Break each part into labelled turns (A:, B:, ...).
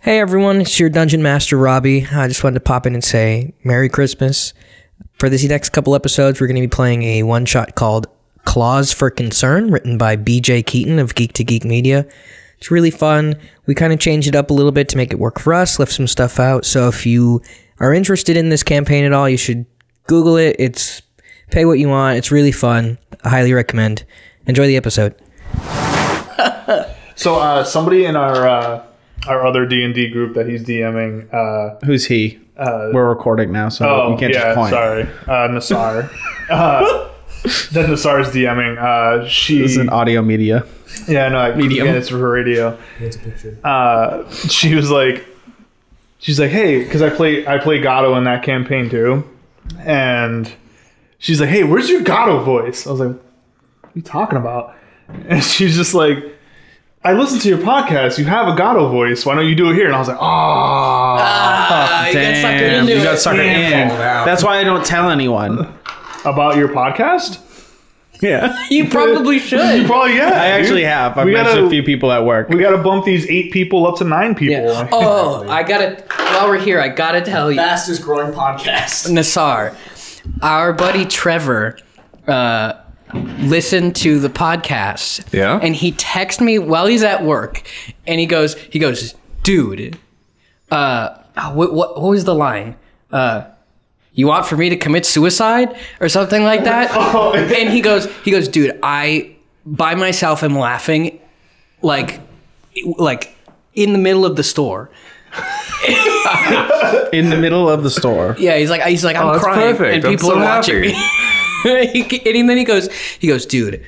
A: Hey everyone, it's your Dungeon Master Robbie. I just wanted to pop in and say Merry Christmas. For this next couple episodes, we're going to be playing a one shot called Claws for Concern, written by BJ Keaton of Geek to Geek Media. It's really fun. We kind of changed it up a little bit to make it work for us, left some stuff out. So if you are interested in this campaign at all, you should Google it. It's pay what you want. It's really fun. I highly recommend. Enjoy the episode.
B: So uh, somebody in our uh, our other D and D group that he's DMing. Uh,
C: Who's he? We're recording now, so
B: oh,
C: you can't
B: yeah,
C: just point.
B: sorry, uh, Nassar. uh, then Nassar's DMing. Uh, she,
C: This is an audio media.
B: yeah, no, I,
C: medium.
B: yeah, it's for radio. Uh, she was like, she's like, hey, because I play I play Gato in that campaign too, and she's like, hey, where's your Gato voice? I was like, what are you talking about? And she's just like. I listened to your podcast. You have a Gato voice. Why don't you do it here? And I was like, ah.
D: Uh,
C: Damn, you got suckered in. That's why I don't tell anyone.
B: about your podcast?
C: Yeah,
D: You probably should.
B: Probably yeah.
C: I actually have. I've
B: we
C: mentioned
B: gotta-
C: a few people at work.
B: We got to bump these eight people up to nine people.
D: Yeah. Oh, I gotta. While we're here, I gotta tell you,
E: fastest growing podcast.
D: Nassar, our buddy Trevor, uh, listened to the podcast.
F: Yeah?
D: And he texted me while he's at work, and he goes, he goes, dude, uh, what what, what was the line? Uh. You want for me to commit suicide or something like that? and he goes, he goes, dude, I by myself am laughing, like, like in the middle of the store.
C: In the middle of the store.
D: Yeah, he's like, he's like, I'm
F: Oh, that's
D: crying,
F: perfect.
D: and
F: I'm
D: people
F: so
D: are watching
F: happy.
D: me. He- and then he goes, he goes, dude,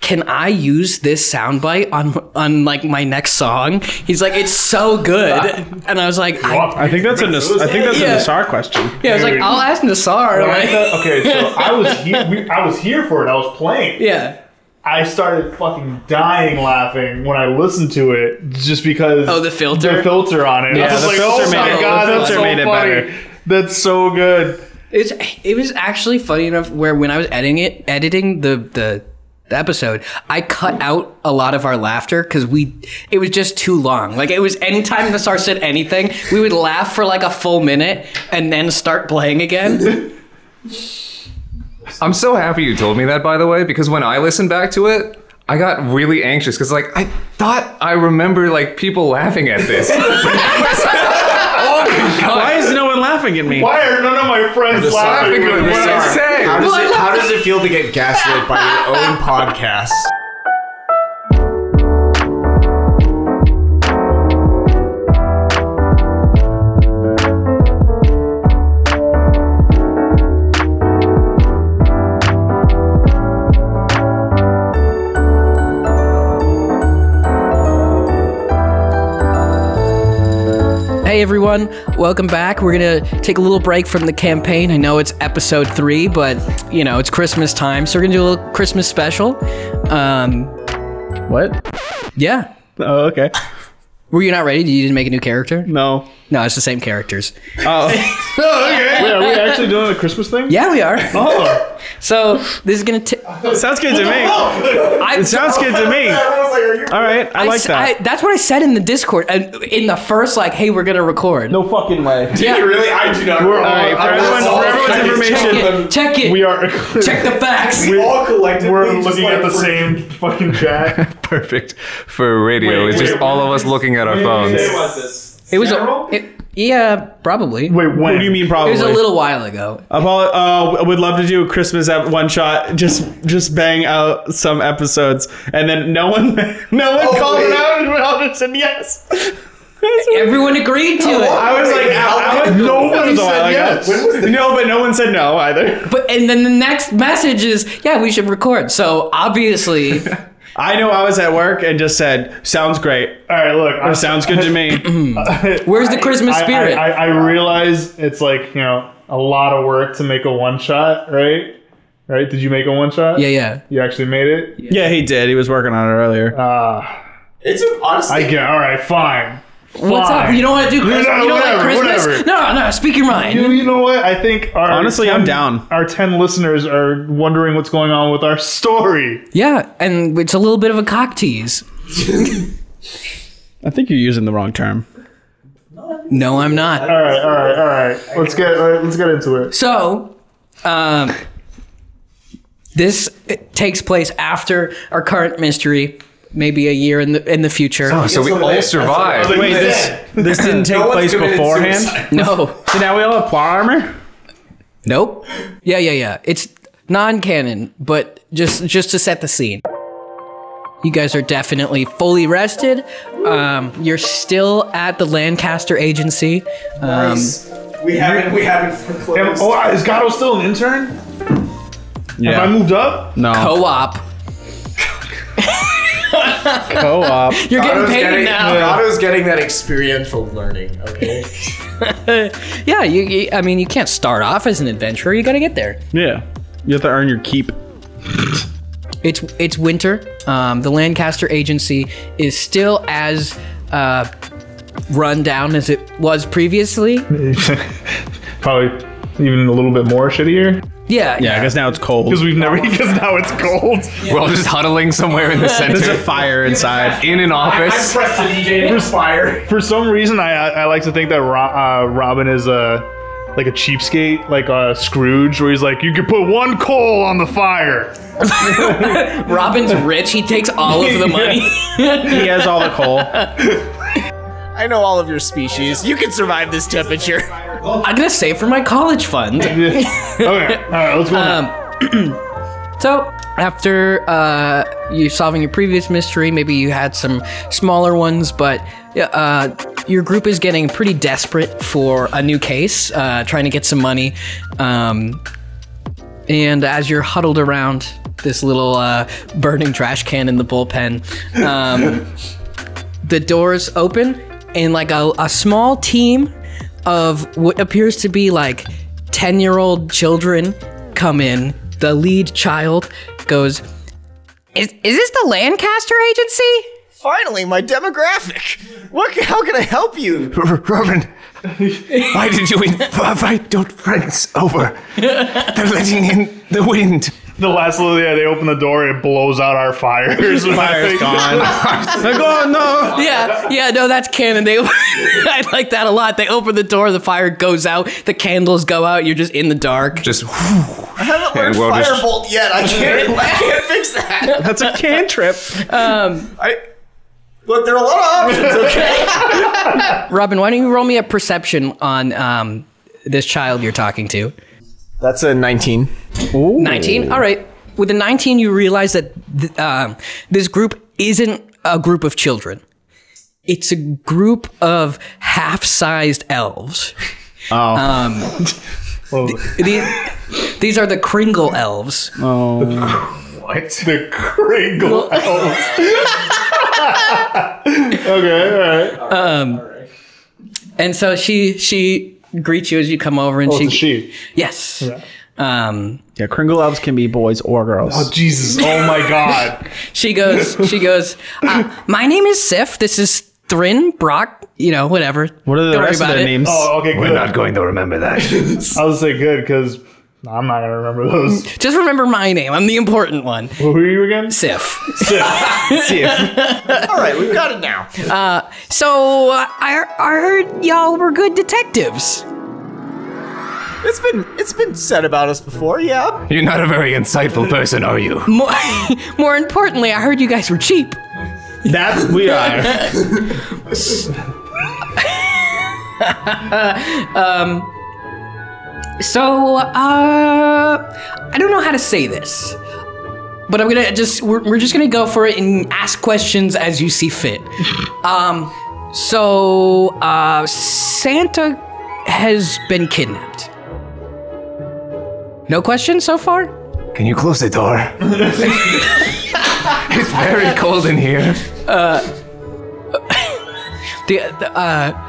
D: can I use this soundbite on on like my next song? He's like, it's so good, and I was like, I,
C: I think that's a Nas- I think that's
D: Yeah.
C: a Nassar question.
D: yeah, I was like, I'll ask Nassar.
B: When I
D: Like,
B: thought- okay, so I was here. We, I was here for it. I was playing.
D: yeah.
B: I started fucking dying laughing when I listened to it, just because.
D: Oh, the filter?
B: Their filter on it. I
C: Yeah,
B: was
C: the
B: like,
C: filter
B: oh
C: made
B: my
C: it-
B: god,
D: the
B: that's
D: filter
B: so
C: made it
B: funny.
C: better.
B: That's so good.
D: It's it was actually funny enough where when I was editing it, editing the the, the episode, I cut out a lot of our laughter because we it was just too long. Like it was anytime the star said anything, we would laugh for like a full minute and then start playing again.
F: I'm so happy you told me that, by the way, because when I listened back to it, I got really anxious because, like, I thought I remember like people laughing at this. But now it's- oh my god!
C: Why is no one laughing at me?
B: Why are none of my friends laughing?
F: laughing
B: with
F: at
B: what
F: this?
B: I said?
E: How
F: Insane.
E: does, it, how does it feel to get gaslit by your own podcast?
D: hey everyone, welcome back. We're gonna take a little break from the campaign. I know it's episode three, but you know it's Christmas time, so we're gonna do a little Christmas special. Um,
C: What?
D: yeah.
C: Oh, okay.
D: Were you not ready? You didn't make a new character?
C: No.
D: No, it's the same characters.
C: Oh,
B: Wait, are we actually doing the Christmas thing?
D: Yeah, we are.
B: Oh.
D: So this is gonna. T-
C: sounds good to me.
D: I,
C: It sounds good to me. All right, I like that.
D: I- that's what I said in the Discord and in the first like, hey, we're gonna record.
B: No fucking way.
D: Yeah.
E: Really, I do not.
B: We're all- All right, for
E: I'm
C: everyone-
E: all
C: for everyone's
E: trying to
C: information-
E: check it.
D: Check it. Check it.
B: We are.
D: Check the facts.
E: We all collectively
B: We're
E: just,
B: looking
E: like,
B: at the
E: for-
B: same fucking chat.
F: Perfect for radio.
B: Wait,
F: it's
B: wait,
F: just all of us looking at our phones.
E: When was this?
D: It was
B: General?
D: a. It, yeah, probably.
B: Wait, when?
C: What do you mean
D: It
C: probably?
D: was a little while ago.
B: Oh.
C: Apollo, uh, would love to do a Christmas ep- one shot. Just, just bang out some episodes, and then no one, no one
E: Oh,
C: called it
E: wait.
C: out, and we all just said yes.
D: Everyone agreed to it,
C: I was like, I, I was,
B: Nobody
C: it was a while
B: said
C: ago.
B: yes. When was
C: no, but no one said no either.
D: but and then the next message is, yeah, we should record. So obviously,
C: I know I was at work and just said, "Sounds great.
B: All right, look. I,
C: Sounds good to me."
D: where's the Christmas
B: I,
D: spirit?
B: I, I, I realize it's like you know a lot of work to make a one shot, right? Right? Did you make a one shot?
D: yeah, yeah.
B: You actually made it.
C: yeah, he did. He was working on it earlier.
B: Ah,
E: It's a, honestly.
B: I get. All right, fine.
D: What's up?
B: Fine.
D: You don't want to do Christmas?
B: no,
D: you don't like
B: whatever,
D: Christmas?
B: whatever.
D: No, no. Speak your mind.
B: You, you know what? I think our
C: Honestly, I'm
B: 10
C: down.
B: Our ten listeners are wondering what's going on with our story.
D: Yeah, and it's a little bit of a cock tease.
C: I think you're using the wrong term.
D: No, I'm
B: All
D: not.
B: right, all right, all right. Let's get all right, let's get into it.
D: So, um, this takes place after our current mystery, maybe a year in the in the future.
F: Oh, So we all survived.
C: Wait, this this didn't take
E: one's
C: place
E: committed
C: beforehand.
E: suicide.
D: No,
C: So now we all have plot armor.
D: nope. Yeah, yeah, yeah. It's non-canon, but just just to set the scene. You guys are definitely fully rested. Um, you're still at the Lancaster Agency. Um,
E: we haven't. We haven't
B: Am,
E: foreclosed.
B: oh, is Gato still an intern?
C: Yeah.
B: Have I moved up?
C: no.
D: co-op.
C: Co-op.
D: You're getting
E: Otto's
D: paid
E: getting,
D: now.
E: Otto's getting that experiential learning. Okay.
D: Yeah, you, you. I mean, you can't start off as an adventurer. You gotta get there.
C: Yeah. You have to earn your keep.
D: It's it's winter. Um, the Lancaster Agency is still as uh, run down as it was previously.
B: Probably even a little bit more shittier
D: Yeah,
C: Yeah, I guess now it's cold.
B: because we've never because now it's cold.
F: We're all just huddling somewhere in the
C: There's a
F: center,
C: fire inside.
F: in an office.
E: pressed the DJ to fire.
B: For some reason, I I I like to think that Ro- uh, Robin is a like a cheapskate, like a Scrooge, where he's like, you can put one coal on the fire.
D: Robin's rich. He takes all of the money.
C: He has all the coal.
E: I know all of your species. You can survive this temperature.
D: I'm gonna save for my college fund.
B: okay, all right, let's go. now.
D: So after uh, you solving your previous mystery, maybe you had some smaller ones, but uh, your group is getting pretty desperate for a new case, uh, trying to get some money. Um, and as you're huddled around this little uh, burning trash can in the bullpen, um, the doors open, and like a, a small team of what appears to be like 10 year old children come in. The lead child goes, is, is this the Lancaster agency?
E: Finally, my demographic. What? How can I help you?
G: Robin, why did you invite your friends over? They're letting in the wind.
B: The last little yeah, they open the door, it blows out our fires.
C: Fire's gone. like, oh no.
D: Yeah, yeah, no, that's canon. They, I like that a lot. They open the door, the fire goes out, the candles go out, you're just in the dark.
F: Just
E: I haven't
F: And
E: learned
F: we'll just-
E: firebolt yet. I can't. I can't fix that.
C: That's a cantrip.
E: I look. There are a lot of options. Okay.
D: Robin, why don't you roll me a perception on um, this child you're talking to?
E: That's a 19.
D: 19. All right. With the 19, you realize that th- um, this group isn't a group of children. It's a group of half-sized elves.
B: Well,
D: These, these are the Kringle elves.
B: what? The Kringle elves. okay, all right.
D: And so she she greets you as you come over and
B: Oh,
D: she
B: it's a she.
D: Yes. Um,
C: Yeah, Kringle elves can be boys or girls.
B: Oh Jesus! Oh my God!
D: she goes she goes, uh, "My name is Sif. This is Thrin Brock, you know, whatever."
C: what are the
D: Don't worry
C: rest of
D: about
C: their
D: it.
C: names?
B: Oh, okay,
G: We're
B: good.
G: not going to remember that.
B: I was gonna say good because I'm not gonna remember those.
D: Just remember my name. I'm the important one.
B: Who are you again?
D: Sif.
E: All right, we've got it now.
D: So uh, I, I heard y'all were good detectives.
E: It's been it's been said about us before. Yeah.
G: You're not a very insightful person, are you?
D: More, more importantly, I heard you guys were cheap.
C: That we are.
D: So uh, I don't know how to say this, but I'm gonna just we're, we're just gonna go for it and ask questions as you see fit. Um, so uh, Santa has been kidnapped. No questions so far.
G: Can you close the door? it's very cold in here.
D: The, the uh.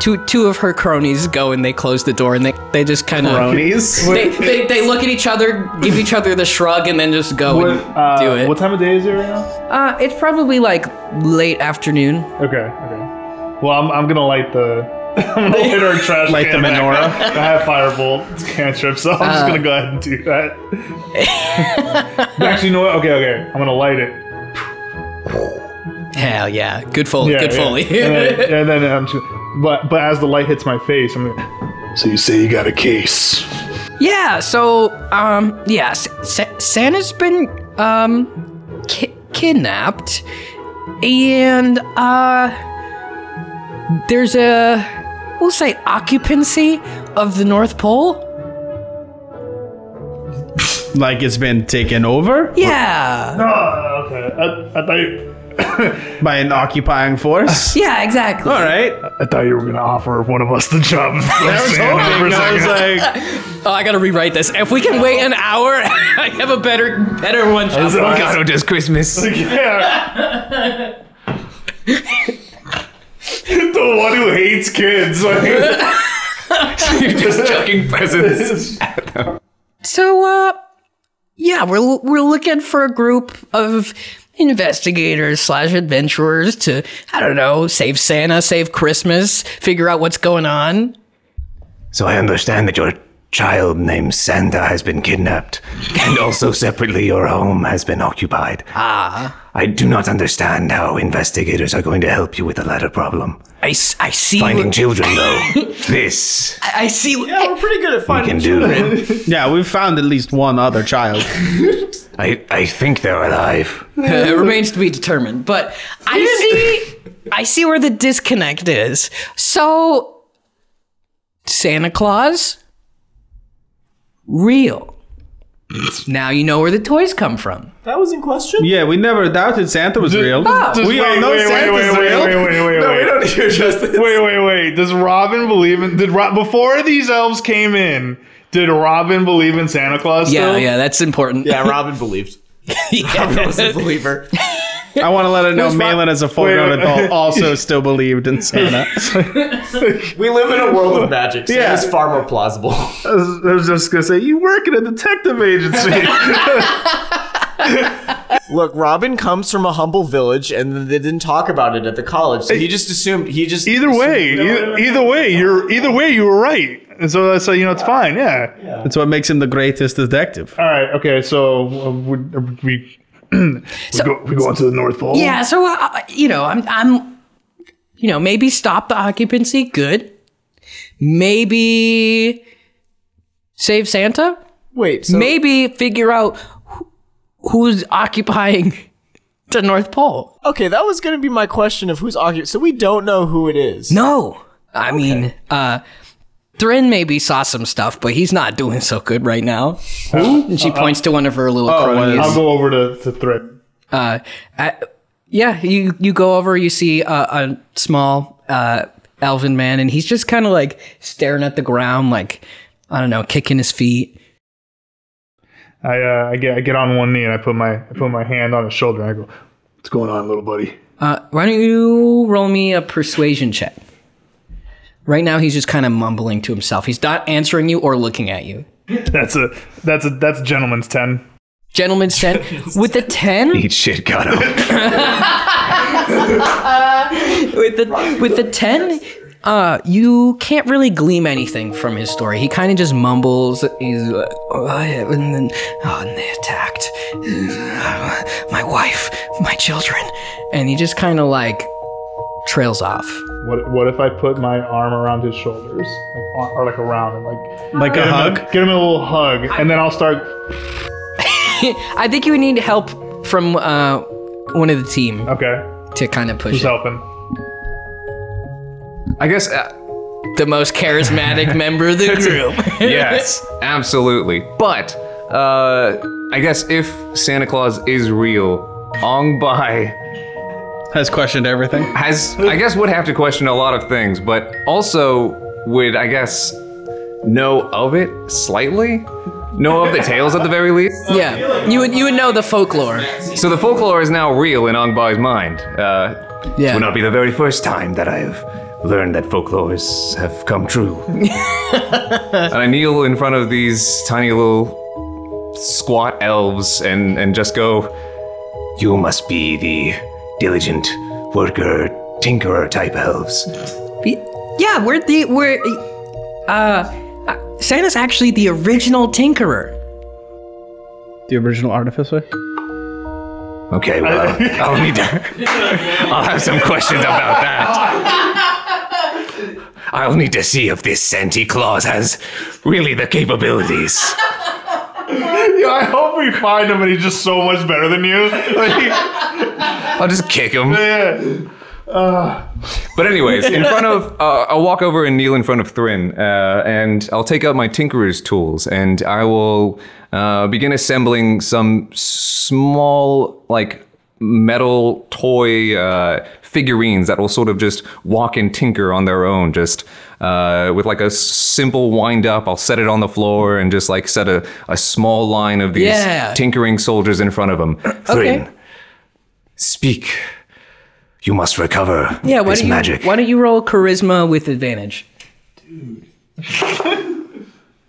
D: Two, two of her cronies go and they close the door and they, they just kind of
C: Bronies.
D: they, they, they look at each other, give each other the shrug, and then just go
B: What,
D: and
B: uh,
D: do it.
B: What time of day is it right now?
D: Uh, it's probably like late afternoon.
B: Okay, okay. Well, I'm, I'm gonna light the. I'm gonna light our trash
C: Light the
B: can back
C: menorah. Uh.
B: up. I have firebolt cantrip, so I'm just gonna go ahead and do that. Actually, you know what? Okay, okay. I'm gonna light it.
D: Hell yeah. Good Foley.
B: Yeah,
D: good
B: yeah.
D: Foley.
B: and then, and then I'm just, but but as the light hits my face, I'm like, so you say you got a case?
D: Yeah, so, um, yeah, S- S- Santa's been, um, ki- kidnapped. And, uh, there's a, we'll say, occupancy of the North Pole?
C: Like it's been taken over
D: Yeah.
B: Oh, okay. I, I thought you,
C: by an occupying force.
D: Yeah, exactly.
C: All right.
B: I thought you were gonna offer one of us the job.
C: I was hoping. I was like,
D: Oh, I gotta rewrite this. If we can wait an hour, I have a better, better one shot.
G: Elgato does Christmas.
B: yeah. the one who hates kids. Like,
G: You're just chucking presents.
D: So, uh, yeah, we're we're looking for a group of investigators slash adventurers to I don't know, save Santa, save Christmas, figure out what's going on.
G: So I understand that your child named Santa has been kidnapped, and also separately your home has been occupied. Ah. I do not understand how investigators are going to help you with the latter problem.
D: I, s- I see.
G: Finding
D: what-
G: children, though, this
D: I I see. what-
E: We're pretty good at
G: we
E: finding
G: can do.
C: yeah, we've found at least one other child.
G: I, I think they're alive.
D: Uh, it remains to be determined, but I see. I see where the disconnect is. So, Santa Claus, real. Now you know where the toys come from.
E: That was in question?
C: Yeah, we never doubted Santa was real.
D: Oh.
C: we all know Santa's real.
B: Wait, wait, wait, wait,
E: No, we
B: wait.
E: don't hear just this.
B: Wait, wait, wait. Does Robin believe in? Did Rob before these elves came in? Did Robin believe in Santa Claus?
D: Yeah,
B: still?
D: yeah, that's important.
E: Yeah, Robin believed. Robin was a believer.
C: I want to let her know
E: Where's my-
C: Malin, as a full grown
B: Wait, wait.
C: adult, also still believed in Santa.
E: We live in a world of magic, so
B: Yeah.
E: it's far more plausible.
B: I was, I was just gonna say you work at a detective agency.
E: Look, Robin comes from a humble village, and they didn't talk about it at the college, so he just assumed he just
B: either way,
E: No,
B: e-
E: no, no, no.
B: either way, you're either way you were right. And so that's so, you know it's fine. Yeah.
C: That's what makes him the greatest detective.
B: All right. Okay. So uh, we we, we, go, we go on to the North Pole.
D: Yeah, so uh, you know, I'm, I'm, you know, maybe stop the occupancy. Good. Maybe save Santa.
E: Wait, so
D: maybe figure out wh- who's occupying the North Pole.
E: okay, that was going to be my question of who's occupied. So we don't know who it is.
D: No, I mean, uh, Thrin maybe saw some stuff, but he's not doing so good right now. Who? Uh, oh, And she points to one of her little cronies.
B: I'll go over to to Thread.
D: uh, I, yeah, you you go over, you see a, a small uh, elven man, and he's just kind of like staring at the ground, like I don't know, kicking his feet.
B: I uh, I get I get on one knee and I put my I put my hand on his shoulder and I go, "What's going on, little buddy?"
D: Uh, why don't you roll me a persuasion check? Right now, he's just kind of mumbling to himself. He's not answering you or looking at you.
B: That's a that's a that's a gentleman's ten.
D: Gentleman said, with a 10,
G: Eat shit, Gato.
D: with the, with the 10, uh, you can't really glean anything from his story. He kind of just mumbles. He's uh, oh, I- and then, oh, and they attacked my wife, my children. And he just kind of like trails off.
B: What what if I put my arm around his shoulders, like on- or like around him, like
C: Like a
B: get him
C: hug.
B: get him a little hug, and then I'll start.
D: I think you would need help from uh, one of the team
B: Okay,
D: to kind of push
B: who's
D: it.
B: helping?
F: I guess. Uh,
D: the most charismatic member of the group.
F: yes, absolutely. But uh, I guess if Santa Claus is real, Ong Bai
C: Has questioned everything.
F: has I guess would have to question a lot of things, but also would I guess know of it slightly, know of the tales at the very least.
D: yeah, you would you would know the folklore.
F: So the folklore is now real in Ong Bai's mind. Uh,
D: Yeah,
G: Will not be the very first time that I have learned that folklores have come true.
F: And I kneel in front of these tiny little squat elves and, and just go,
G: You must be the diligent worker, tinkerer type elves.
D: yeah. We're the we're uh, Santa's actually the original tinkerer.
C: The original artificer.
G: Okay, well, I'll need to. I'll have some questions about that. I'll need to see if this Santa Claus has really the capabilities.
B: Yeah, I hope we find him and he's just so much better than you. Like,
G: I'll just kick him.
B: yeah.
F: But anyways, in front of, uh, I'll walk over and kneel in front of Thrin, uh, and I'll take out my tinkerer's tools, and I will uh, begin assembling some small, like, metal toy uh, figurines that will sort of just walk and tinker on their own, just uh, with like a simple wind up. I'll set it on the floor and just like set a, a small line of these
D: Yeah.
F: tinkering soldiers in front of them.
D: Okay.
G: Thrin, speak. You must recover
D: Yeah, why
G: this
D: don't you
G: magic.
D: why don't you roll charisma with advantage?
B: What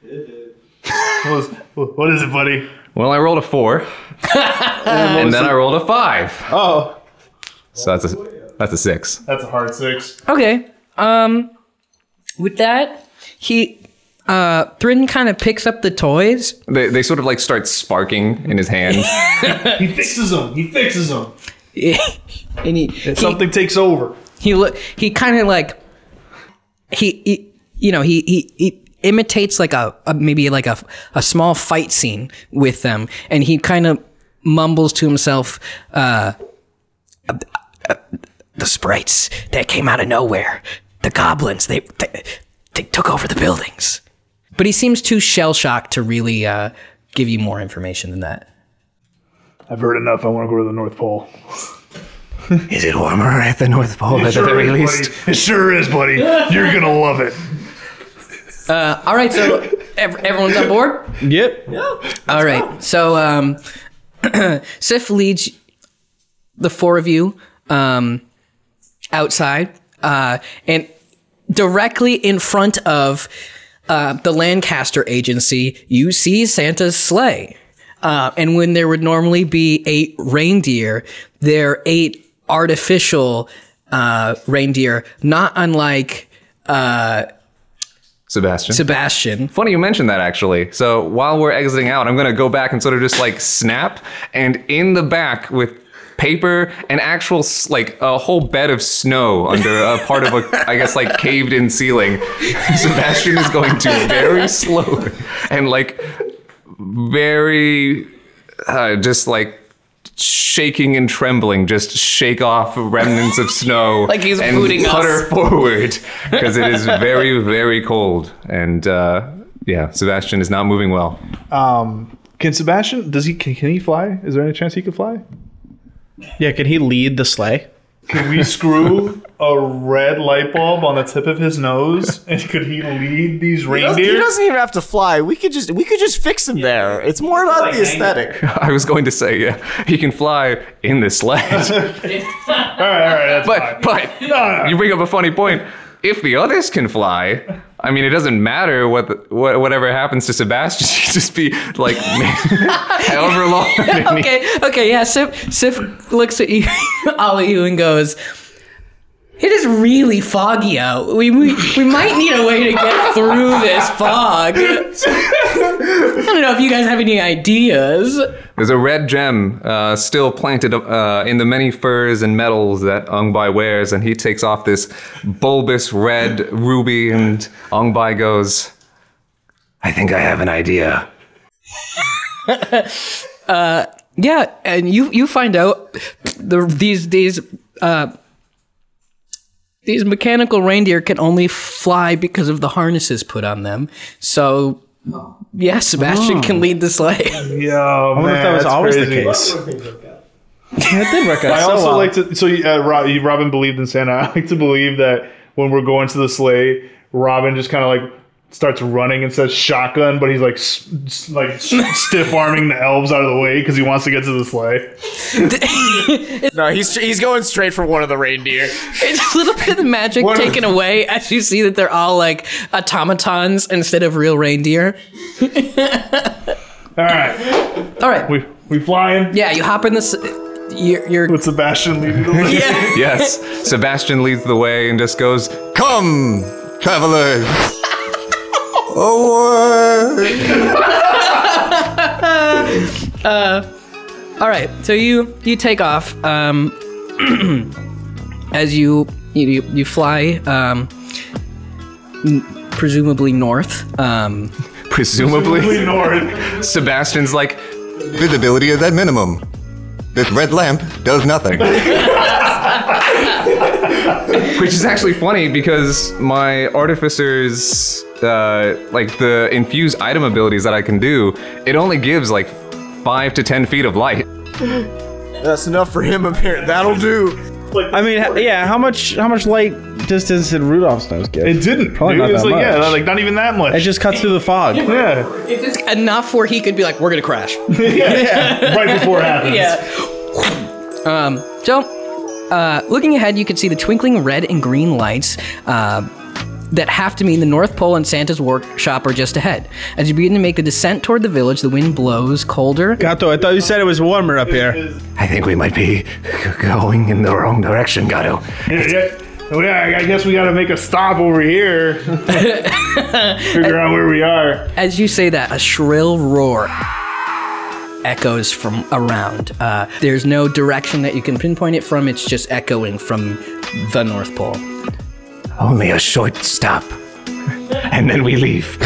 B: is, what is it, buddy?
F: Well, I rolled a four, and then I rolled a five.
B: Oh,
F: So that's a that's a six.
B: that's a hard six.
D: Okay. Um, with that, he uh Thrin kind of picks up the toys.
F: They, they sort of like start sparking in his hand.
B: He fixes him. He fixes him.
D: and he he,
B: Something takes over.
D: he look he kind of like he, he you know he he, he imitates like a, a maybe like a a small fight scene with them and he kind of mumbles to himself uh, uh, uh, the sprites that came out of nowhere the goblins they they, they took over the buildings but he seems too shell shocked to really uh, give you more information than that
B: I've heard enough. I want to go to the North Pole.
G: Is it warmer at the North Pole at the very least?
B: Buddy. It sure is, buddy. You're going to love it.
D: All right, so ev- everyone's on board.
C: Yep.
D: All right, so um, Sif leads the four of you um, outside, uh, and directly in front of uh, the Lancaster Agency, you see Santa's sleigh. Uh, and when there would normally be eight reindeer, there are eight artificial uh, reindeer, not unlike
F: Sebastian.
D: Sebastian.
F: Funny you mentioned that actually. So while we're exiting out, I'm gonna go back and sort of just like snap, and in the back with paper and actual s- like a whole bed of snow under a part of a I guess like caved in ceiling. Sebastian is going to very slowly and like very uh, just like shaking and trembling just shake off remnants of snow
D: Like he's
F: and
D: booting us.
F: putter forward because it is very very cold and uh yeah sebastian is not moving well
B: Um, can Sebastian, does he, can, can he fly? Is there any chance he could fly?
C: Yeah, can he lead the sleigh?
B: Can we screw a red light bulb on the tip of his nose? And could he lead these
E: He
B: reindeer?
E: doesn't even have to fly. We could just we could just fix him there. It's more about the aesthetic.
F: i was going to say yeah he can fly in this sled
B: All right, all right. That's
F: but but you bring up a funny point if the others can fly I mean, it doesn't matter what, the, what whatever happens to Sebastian. He could just be like, however long. it needs.
D: okay, okay, yeah. Sif, Sif looks at you, all at you, and goes, "It is really foggy out. We, we we might need a way to get through this fog. I don't know if you guys have any ideas.
F: There's a red gem uh, still planted uh, in the many furs and metals that Ungbai wears, and he takes off this bulbous red ruby, and Ungbai goes,
G: I think I have an idea.
D: Yeah, and you you find out the these these." Uh, these mechanical reindeer can only fly because of the harnesses put on them. So, yeah, Sebastian can lead the sleigh.
B: Yo, I wonder
C: if that was always the case. That did work out.
B: I also like to. So, uh, Rob, you- Robin believed in Santa. I like to believe that when we're going to the sleigh, Robin just kind of like starts running and says shotgun, but he's like s- s- like s- stiff arming the elves out of the way because he wants to get to the sleigh.
E: No, he's he's going straight for one of the reindeer.
D: It's a little bit of magic taken away as you see that they're all like automatons instead of real reindeer.
B: All right,
D: All right.
B: we we flying
D: yeah, you hop in this. You're, you're
B: with Sebastian leading the way.
D: yeah.
F: Yes. Sebastian leads the way and just goes, Come, travelers.
D: All
A: All right, so you you take off um, as you you you fly um, n- presumably north. Um,
F: Presumably,
B: North.
F: Sebastian's like,
H: Visibility is at minimum. This red lamp does nothing.
F: which is actually funny because my artificer's uh, like the infused item abilities that I can do, it only gives like five to ten feet of light.
D: That's enough for him, apparently. That'll do.
C: I mean, h- yeah. How much? How much light distance did Rudolph's nose give?
B: It didn't.
C: Probably
B: dude.
C: not
B: It's
C: that
B: like, yeah,
C: much.
B: like not even that much.
C: It just cuts through the fog.
B: yeah,
A: it's just enough where he could be like, "We're gonna crash."
B: right before it happens.
A: yeah. Um, so, uh, looking ahead, you can see the twinkling red and green lights uh, that have to mean the North Pole and Santa's workshop are just ahead. As you begin to make the descent toward the village, the wind blows colder.
C: Gato, I thought you said it was warmer up here.
E: I think we might be g- going in the wrong direction, Gato.
B: Yeah, yeah, I guess we gotta make a stop over here. Figure out where we are.
A: As you say that, a shrill roar echoes from around. Uh, there's no direction that you can pinpoint it from, it's just echoing from the North Pole.
E: Only a short stop. And then we leave.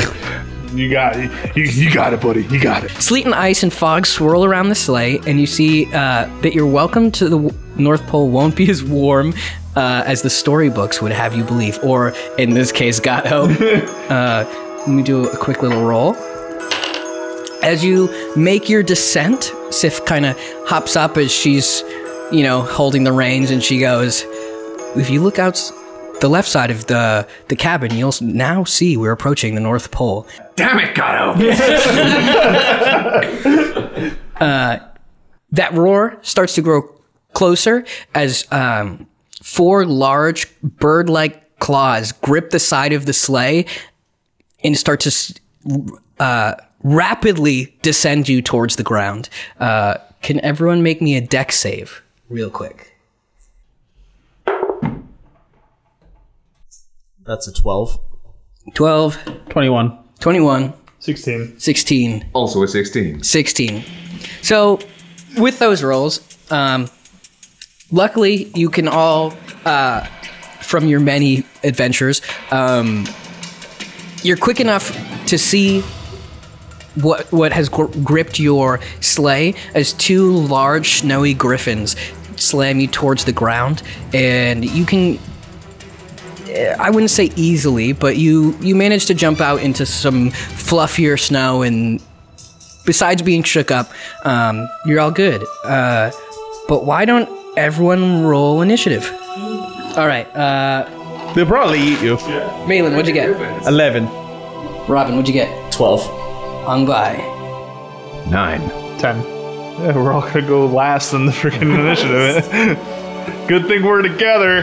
B: You got it. You, you got it, buddy. You got it.
A: Sleet and ice and fog swirl around the sleigh, and you see uh, that your welcome to the w- North Pole won't be as warm uh, as the storybooks would have you believe, or in this case, Gatto. uh, let me do a quick little roll. As you make your descent, Sif kind of hops up as she's, you know, holding the reins, and she goes, "If you look out." s- The left side of the the cabin, you'll s- now see we're approaching the North Pole.
E: Damn it, Gato!
A: That roar starts to grow closer as um, four large bird like claws grip the side of the sleigh and start to s- uh, rapidly descend you towards the ground. Uh, can everyone make me a deck save real quick?
D: That's a 12.
A: 12,
C: Twenty-one.
A: 21,
B: 16.
A: 16.
F: Also a sixteen.
A: 16. So, with those rolls, um, luckily you can all, uh, from your many adventures, um, you're quick enough to see what what has gr- gripped your sleigh as two large snowy griffins slam you towards the ground, and you can. eh, I wouldn't say easily, but you you manage to jump out into some fluffier snow and besides being shook up, um, you're all good. Uh, but why don't everyone roll initiative? All right, uh,
C: They'll probably eat you.
A: Malin, what'd you get?
C: Eleven.
A: Robin, what'd you get?
D: 12.
A: Angbai.
E: Nine.
B: 10. Yeah, we're all gonna go last in the freaking initiative. Good thing we're together.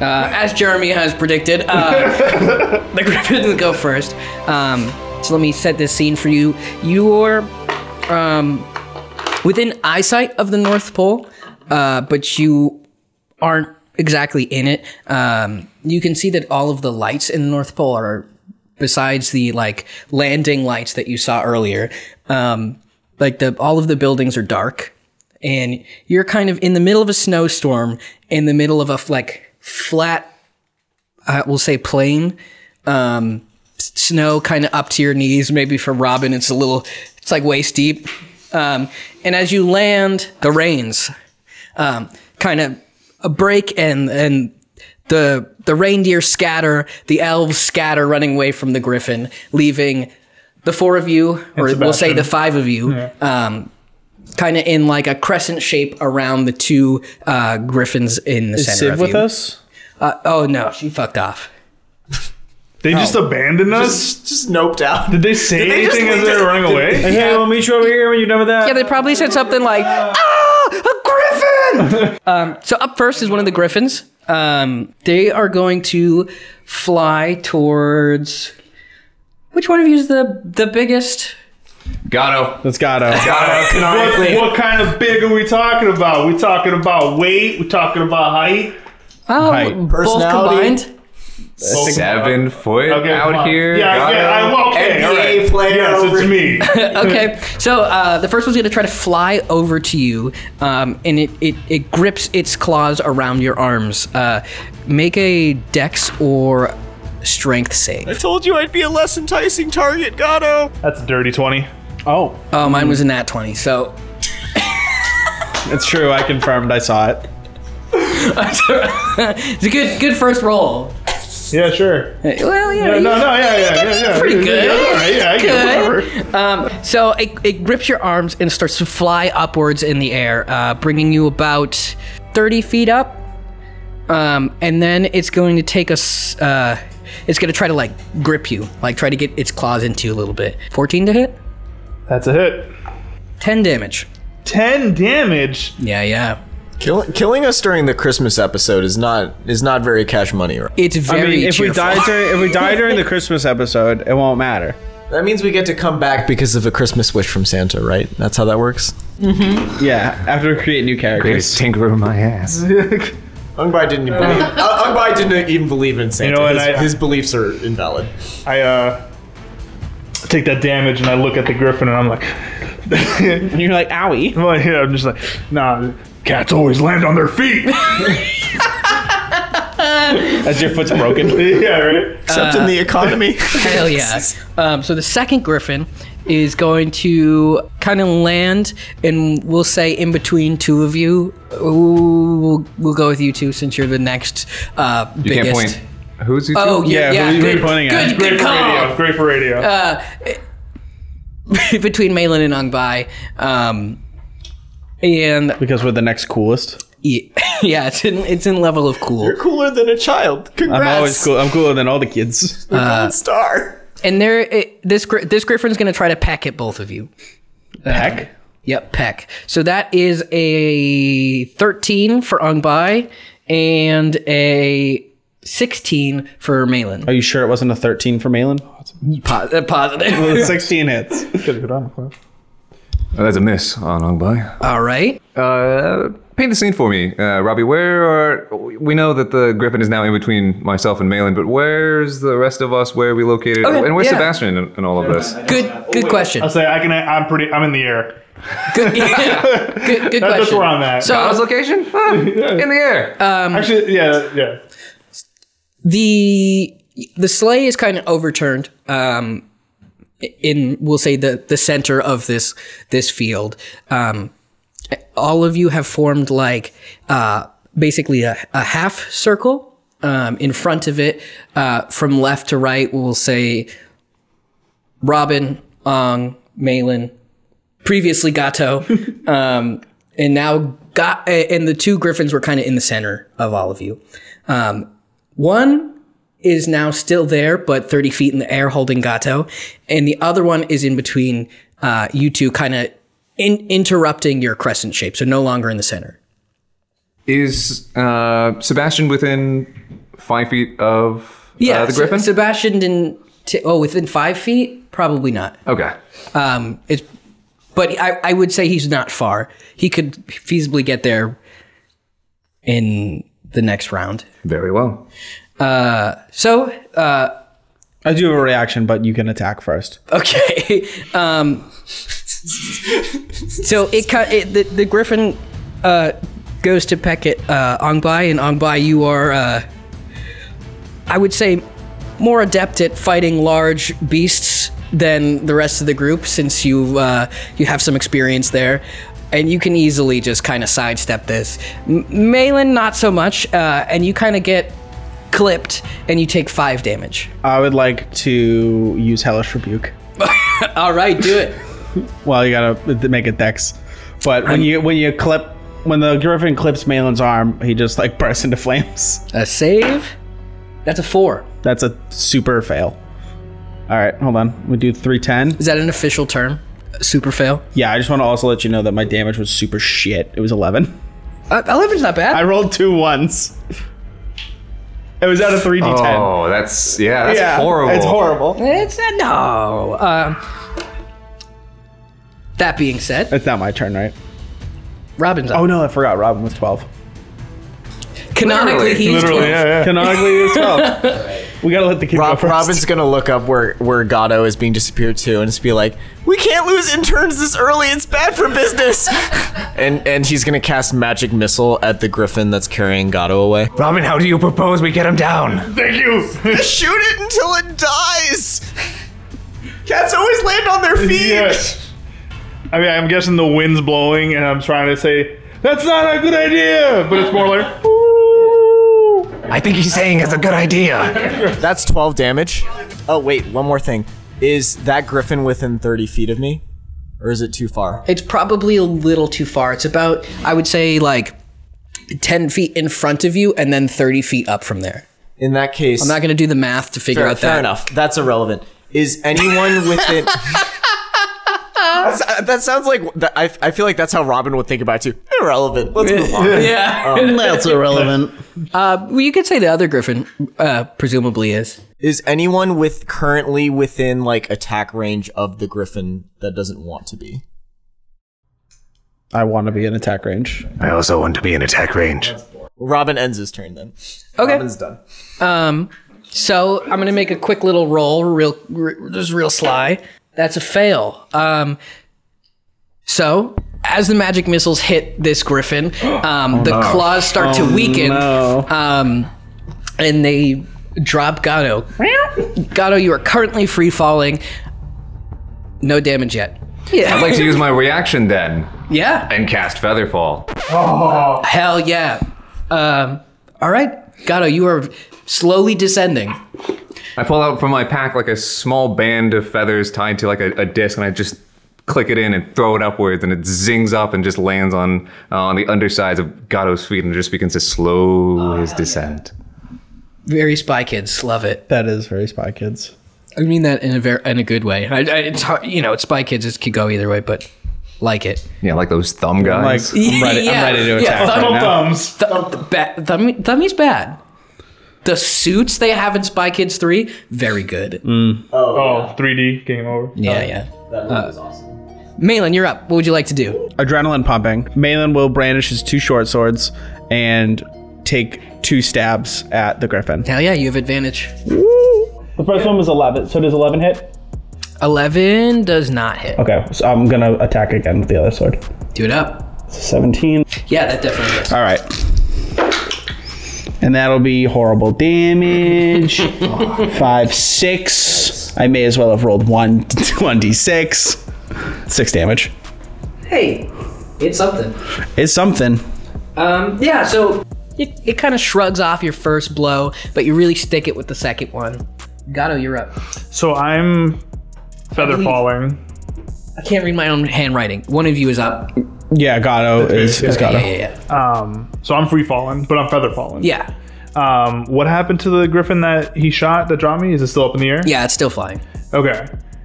A: Uh, as Jeremy has predicted, uh, the griffins go first. Um, so let me set this scene for you. You're um, within eyesight of the North Pole, uh, but you aren't exactly in it. Um, you can see that all of the lights in the North Pole are, besides the like landing lights that you saw earlier, um, like the all of the buildings are dark, and you're kind of in the middle of a snowstorm, in the middle of a like flat, I will say plain, um, s- snow kind of up to your knees. Maybe for Robin, it's a little, it's like waist deep. Um, and as you land, the rains um, kind of a break and and the the reindeer scatter, the elves scatter, running away from the griffin, leaving the four of you, or we'll say the five of you, um, kind of in like a crescent shape around the two uh, griffins in the center
C: Sid
A: of
C: with
A: you.
C: us?
A: Uh, oh no, she fucked off.
B: They just abandoned us?
D: Just, just noped out.
B: Did they say
D: they just
B: anything as
D: leave
B: they
D: the-
B: were running away?
C: Hey, we'll meet you over here when you're done with that.
A: Yeah, they probably said something like, "Ah, a griffin!" um, so up first is one of the griffins. Um, they are going to fly towards. Which one of you is the the biggest?
F: Gato.
C: Let's Gato.
B: What, what kind of big are we talking about? We talking about weight? We talking about height?
A: Oh,
C: Height.
A: both
E: Oh,
D: Personality.
A: combined.
F: Seven foot
B: Okay, come
F: out
B: on.
F: here.
B: Yeah,
F: got
B: yeah,
F: him.
B: I'm okay.
E: NBA
B: all right.
E: player
B: Yes,
E: over-
B: it's me.
D: okay, so uh, the first one's going to try to fly over to you, um, and it, it, it grips its claws around your arms. Uh, make a dex or strength
E: I
D: save.
E: told you I'd be a less enticing target, Gato.
B: That's a dirty twenty.
C: Oh,
D: Oh, mine was a nat 20, so
C: it's true. I confirmed. I saw it.
D: it's a good good first roll.
B: Yeah, sure.
D: Hey, Well, yeah.
B: No,
D: you-
B: no, yeah, yeah, yeah, yeah.
D: Pretty
B: Yeah,
D: good.
B: Yeah, all right, yeah, I get
D: Good.
B: whatever.
D: Um, so it, it grips your arms and starts to fly upwards in the air, uh, bringing you about 30 feet up. Um, and then it's going to take us. Uh, it's going to try to like grip you, like try to get its claws into you a little bit. 14 to hit,
B: That's a hit.
D: 10 damage.
B: Ten damage.
D: Yeah, yeah.
E: Kill, killing us during the Christmas episode is not is not very cash money. Right?
D: It's
C: I
D: very.
C: mean, if we
D: cheerful.
C: die during if we die during the Christmas episode, it won't matter.
E: That means we get to come back because of a Christmas wish from Santa, right? That's how that works.
C: Yeah, after we create new
G: Greatest
C: characters.
G: tinkerer my ass.
E: Ungbai didn't even believe. Uh, Ungbai didn't even believe in Santa.
B: You know what,
E: his,
B: I-
E: his beliefs are invalid.
B: I uh take that damage and I look at the griffin and I'm like,
C: And you're like, owie.
B: I'm like, yeah, I'm just like, nah. Cats always land on their feet.
C: As your foot's broken.
B: yeah, right.
E: Except in the economy.
D: Hell yeah. Um, so the second griffin is going to kind of land and we'll say in between two of you. Ooh, we'll, we'll go with you two since you're the next uh,
F: You
D: biggest.
F: can't point. Who's you?
D: Oh,
F: two?
D: yeah,
C: Yeah,
D: yeah.
C: who- who are you
D: good,
C: pointing at?
D: good,
B: Great
D: good
B: for
D: call.
B: radio. Great for radio.
C: Uh.
D: between Malin and Ongbai. Um, and
C: Because we're the next coolest.
D: y- yeah, it's in, it's in level of cool.
E: You're cooler than a child. Congrats.
C: I'm always cool. I'm cooler than all the kids.
E: Gold star.
D: And there, it, this gri- this griffin's going to try to peck at both of you.
C: Heck.
D: Yep, peck. So that is a 13 for Ungbai and a 16 for Malin.
C: Are you sure it wasn't a 13 for Malin?
D: Po- uh, positive.
C: 16 hits.
F: Oh, that's a miss on Ongbai.
D: All right.
F: Uh, paint the scene for me, uh, Robbie. Where are we know that the Griffin is now in between myself and Malin, but where's the rest of us? Where are we located?
D: Okay,
F: and where's
D: yeah.
F: Sebastian in, in all of this?
D: Good
C: Oh,
D: good question.
B: I say I can. I'm pretty. I'm in the air.
D: Good, good, good
B: That's
D: question.
B: where I'm at.
D: So-
F: How's location? Ah, in the air.
D: Uh,
B: Actually, yeah, yeah.
D: the the sleigh is kind of overturned um in we'll say the the center of this this field um all of you have formed like uh basically a, a half circle um in front of it uh from left to right we'll say robin ong malin previously gato um and now got and the two griffins were kind of in the center of all of you um one is now still there, but 30 feet in the air holding Gato. And the other one is in between uh, you two, kind of in- interrupting your crescent shape. So no longer in the center.
F: Uh, Is uh, Sebastian within five feet of
D: Yeah.
F: uh, the
D: Se-
F: Griffin?
D: Sebastian didn't. T- oh, within five feet? Probably not.
F: okay.
D: Um, it's, but I, I would say he's not far. He could feasibly get there in the next round.
F: Very well.
D: So, uh,
C: I do have a reaction, but you can attack first.
D: Okay. Um, so it cut it, the, the griffin uh, goes to peck at uh, Ongbai, and Ongbai, you are, uh, I would say, more adept at fighting large beasts than the rest of the group, since you uh, you have some experience there. And you can easily just kind of sidestep this. M- Malin, not so much, uh, and you kind of get clipped, and you take five damage.
C: I would like to use Hellish Rebuke.
D: All right, do it.
C: Well, you gotta make it dex. But when you when you clip when the griffin clips Malin's arm, he just like bursts into flames.
D: A save. That's a four.
C: That's a super fail. All right, hold on. We do 310.
D: Is that an official term? Super fail.
C: Yeah, I just want to also let you know that my damage was super shit. It was 11.
D: Uh, Eleven's not bad.
C: I rolled two ones. It was out of 3d10.
F: Oh, that's yeah, that's
C: yeah,
F: horrible.
C: It's horrible.
D: it's a uh, no. Um, that being said,
C: It's not my turn, right?
D: Robin's up.
C: Oh no, I forgot. Robin was 12.
D: Canonically,
F: Literally.
D: he's
B: Literally, yeah, yeah.
C: Canonically, he was 12. We gotta let the kid
E: Rob,
C: go first.
E: Robin's gonna look up where where Gatto is being disappeared to, and just be like, "We can't lose interns this early. It's bad for business." and and he's gonna cast magic missile at the griffin that's carrying Gatto away.
G: Robin, how do you propose we get him down?
B: Thank you.
E: Shoot it until it dies. Cats always land on their feet.
B: yes. I mean, I'm guessing the wind's blowing, and I'm trying to say that's not a good idea, but it's more like. "Ooh."
G: I think he's saying it's a good idea.
E: That's 12 damage. Oh wait, one more thing. Is that griffin within 30 feet of me, or is it too far?
D: It's probably a little too far. It's about, I would say, like 10 feet in front of you and then 30 feet up from there.
E: In that case,
D: I'm not going to do the math to figure
E: fair,
D: out that.
E: fair enough. That's irrelevant. Is anyone within? That's- uh, that sounds like that, I, I feel like that's how Robin would think about it too. Irrelevant. Let's move on. Um,
D: Yeah.
C: That's irrelevant.
D: well, you could say the other griffin uh, presumably is.
E: Is anyone with currently within like attack range of the griffin that doesn't want to be?
C: I want to be in attack range.
G: I also want to be in attack range.
E: Robin ends his turn then.
D: Okay.
E: Robin's done.
D: Um, so I'm gonna make a quick little roll, real, re- just real sly. That's a fail. Um, so as the magic missiles hit this griffin, um, the claws start to weaken, um, and they drop Gato. Gato, you are currently free falling. No damage yet.
F: I'd like to use my reaction then
D: Yeah.
F: and cast Featherfall.
D: Hell yeah. Um, all right, Gato, you are slowly descending.
F: I pull out from my pack like a small band of feathers tied to like a, a disc, and I just click it in and throw it upwards, and it zings up and just lands on uh, on the undersides of Gato's feet, and just begins to slow his descent.
D: Very spy kids love it.
C: That is very Spy Kids.
D: I mean that in a very in a good way. I, I, it's hard, you know, it's Spy Kids. It could go either way, but like it.
F: Yeah, like those thumb
C: Like,
F: guys.
C: I'm ready,
D: Yeah.
C: I'm ready to
D: Yeah,
C: attack.
D: thumb-
C: right
B: Double
C: now.
B: thumbs.
D: Th- th- ba- thumb, thummy's bad. The suits they have in Spy Kids Three, very good.
C: Mm.
B: Oh, 3D game over.
D: Yeah,
C: Oh.
D: yeah. That was awesome. Malin, you're up. What would you like to do?
C: Adrenaline pumping. Malin will brandish his two short swords and take two stabs at the griffin.
D: Hell yeah, you have advantage.
C: The first one was 11. So does 11 hit?
D: Eleven does not hit.
C: Okay, so I'm going to attack again with the other sword.
D: Do it up.
C: 17.
D: Yeah, that definitely is.
C: All right. And that'll be horrible damage. Five, six. I may as well have rolled one, one d6. Six damage.
D: Hey, it's something.
C: It's something.
D: Um, yeah. So it, it kind of shrugs off your first blow, but you really stick it with the second one. Gato, you're up.
B: So I'm feather falling.
D: I can't read my own handwriting. One of you is up.
C: Yeah, Gato is, is Gato.
D: Yeah, yeah, yeah.
B: Um, so I'm free falling, but I'm feather falling.
D: Yeah,
B: Um, what happened to the griffin that he shot that dropped me? Is it still up in the air?
D: yeah, it's still flying.
B: Okay.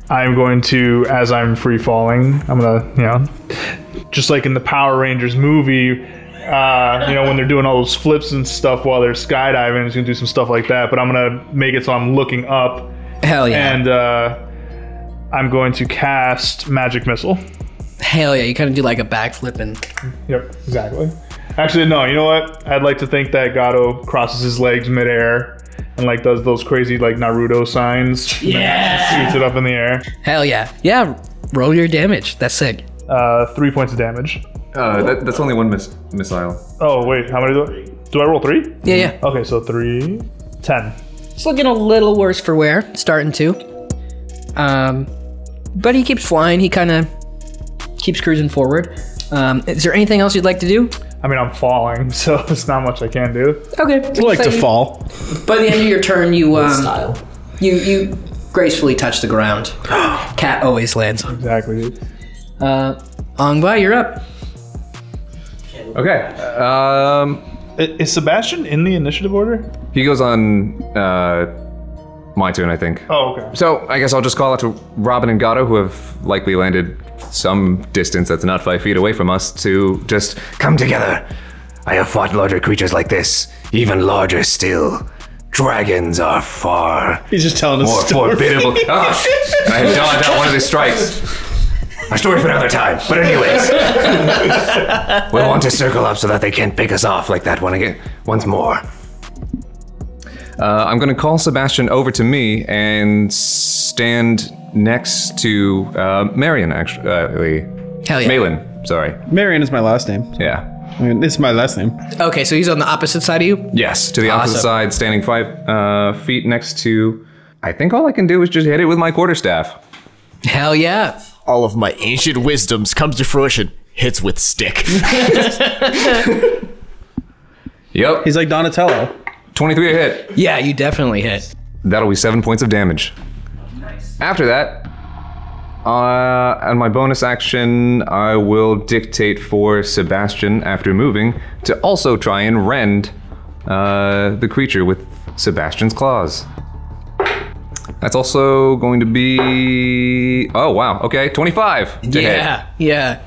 B: I'm going to, as I'm free falling, I'm gonna, you know, just like in the Power Rangers movie, uh, you know, when they're doing all those flips and stuff while they're skydiving, I'm just gonna do some stuff like that. But I'm gonna make it so I'm looking up,
D: Hell yeah.
B: and uh, I'm going to cast Magic Missile.
D: Hell yeah. You kind of do like a backflip and
B: Yep, exactly. Actually, no. You know what? I'd like to think that Gato crosses his legs midair and like does those crazy like Naruto signs. Yeah, shoots it up in the air.
D: hell yeah. Yeah, roll your damage. That's sick.
B: Uh, three points of damage.
F: Uh, that, that's only one miss- missile.
B: Oh wait, how many do I, do I roll? Three.
D: Yeah, yeah.
B: Okay, so three, ten.
D: It's looking a little worse for wear, starting to. Um, but he keeps flying. He kind of keeps cruising forward. Um, is there anything else you'd like to do?
B: I mean, I'm falling, so it's not much I can do.
D: Okay. I
C: like to fall.
D: By the end of your turn, you um, you you gracefully touch the ground. Cat always lands.
B: Exactly.
D: Uh, Ongba, you're up.
F: Okay. Um,
B: Is, is Sebastian in the initiative order?
F: he goes on uh, my turn, I think.
B: Oh, okay.
F: So I guess I'll just call out to Robin and Gatto, who have likely landed some distance that's not five feet away from us, to just
G: Come together. I have fought larger creatures like this, even larger still. Dragons are far
C: He's just telling us
G: more formidable. Ah,
F: I have dodged out one of his strikes.
G: a story for another time. But anyways, we'll want to circle up so that they can't pick us off like that one again once more.
F: Uh, I'm going to call Sebastian over to me and stand next to uh, Marion, actually.
D: Hell yeah.
F: Malin, sorry.
C: Marion is my last name.
F: Yeah.
C: I mean, it's my last name.
D: Okay, so he's on the opposite side of you.
F: Yes, to the opposite
D: Awesome.
F: side, standing five uh, feet next to. I think all I can do is just hit it with my quarterstaff.
D: Hell yeah.
E: All of my ancient wisdoms comes to fruition. Hits with stick.
F: Yep.
C: He's like Donatello.
F: 23 to hit.
D: Yeah, you definitely hit.
F: That'll be seven points of damage. Nice. After that, uh, and my bonus action, I will dictate for Sebastian after moving to also try and rend uh, the creature with Sebastian's claws. That's also going to be. Oh, wow. Okay, 25. to hit.
D: Yeah, yeah.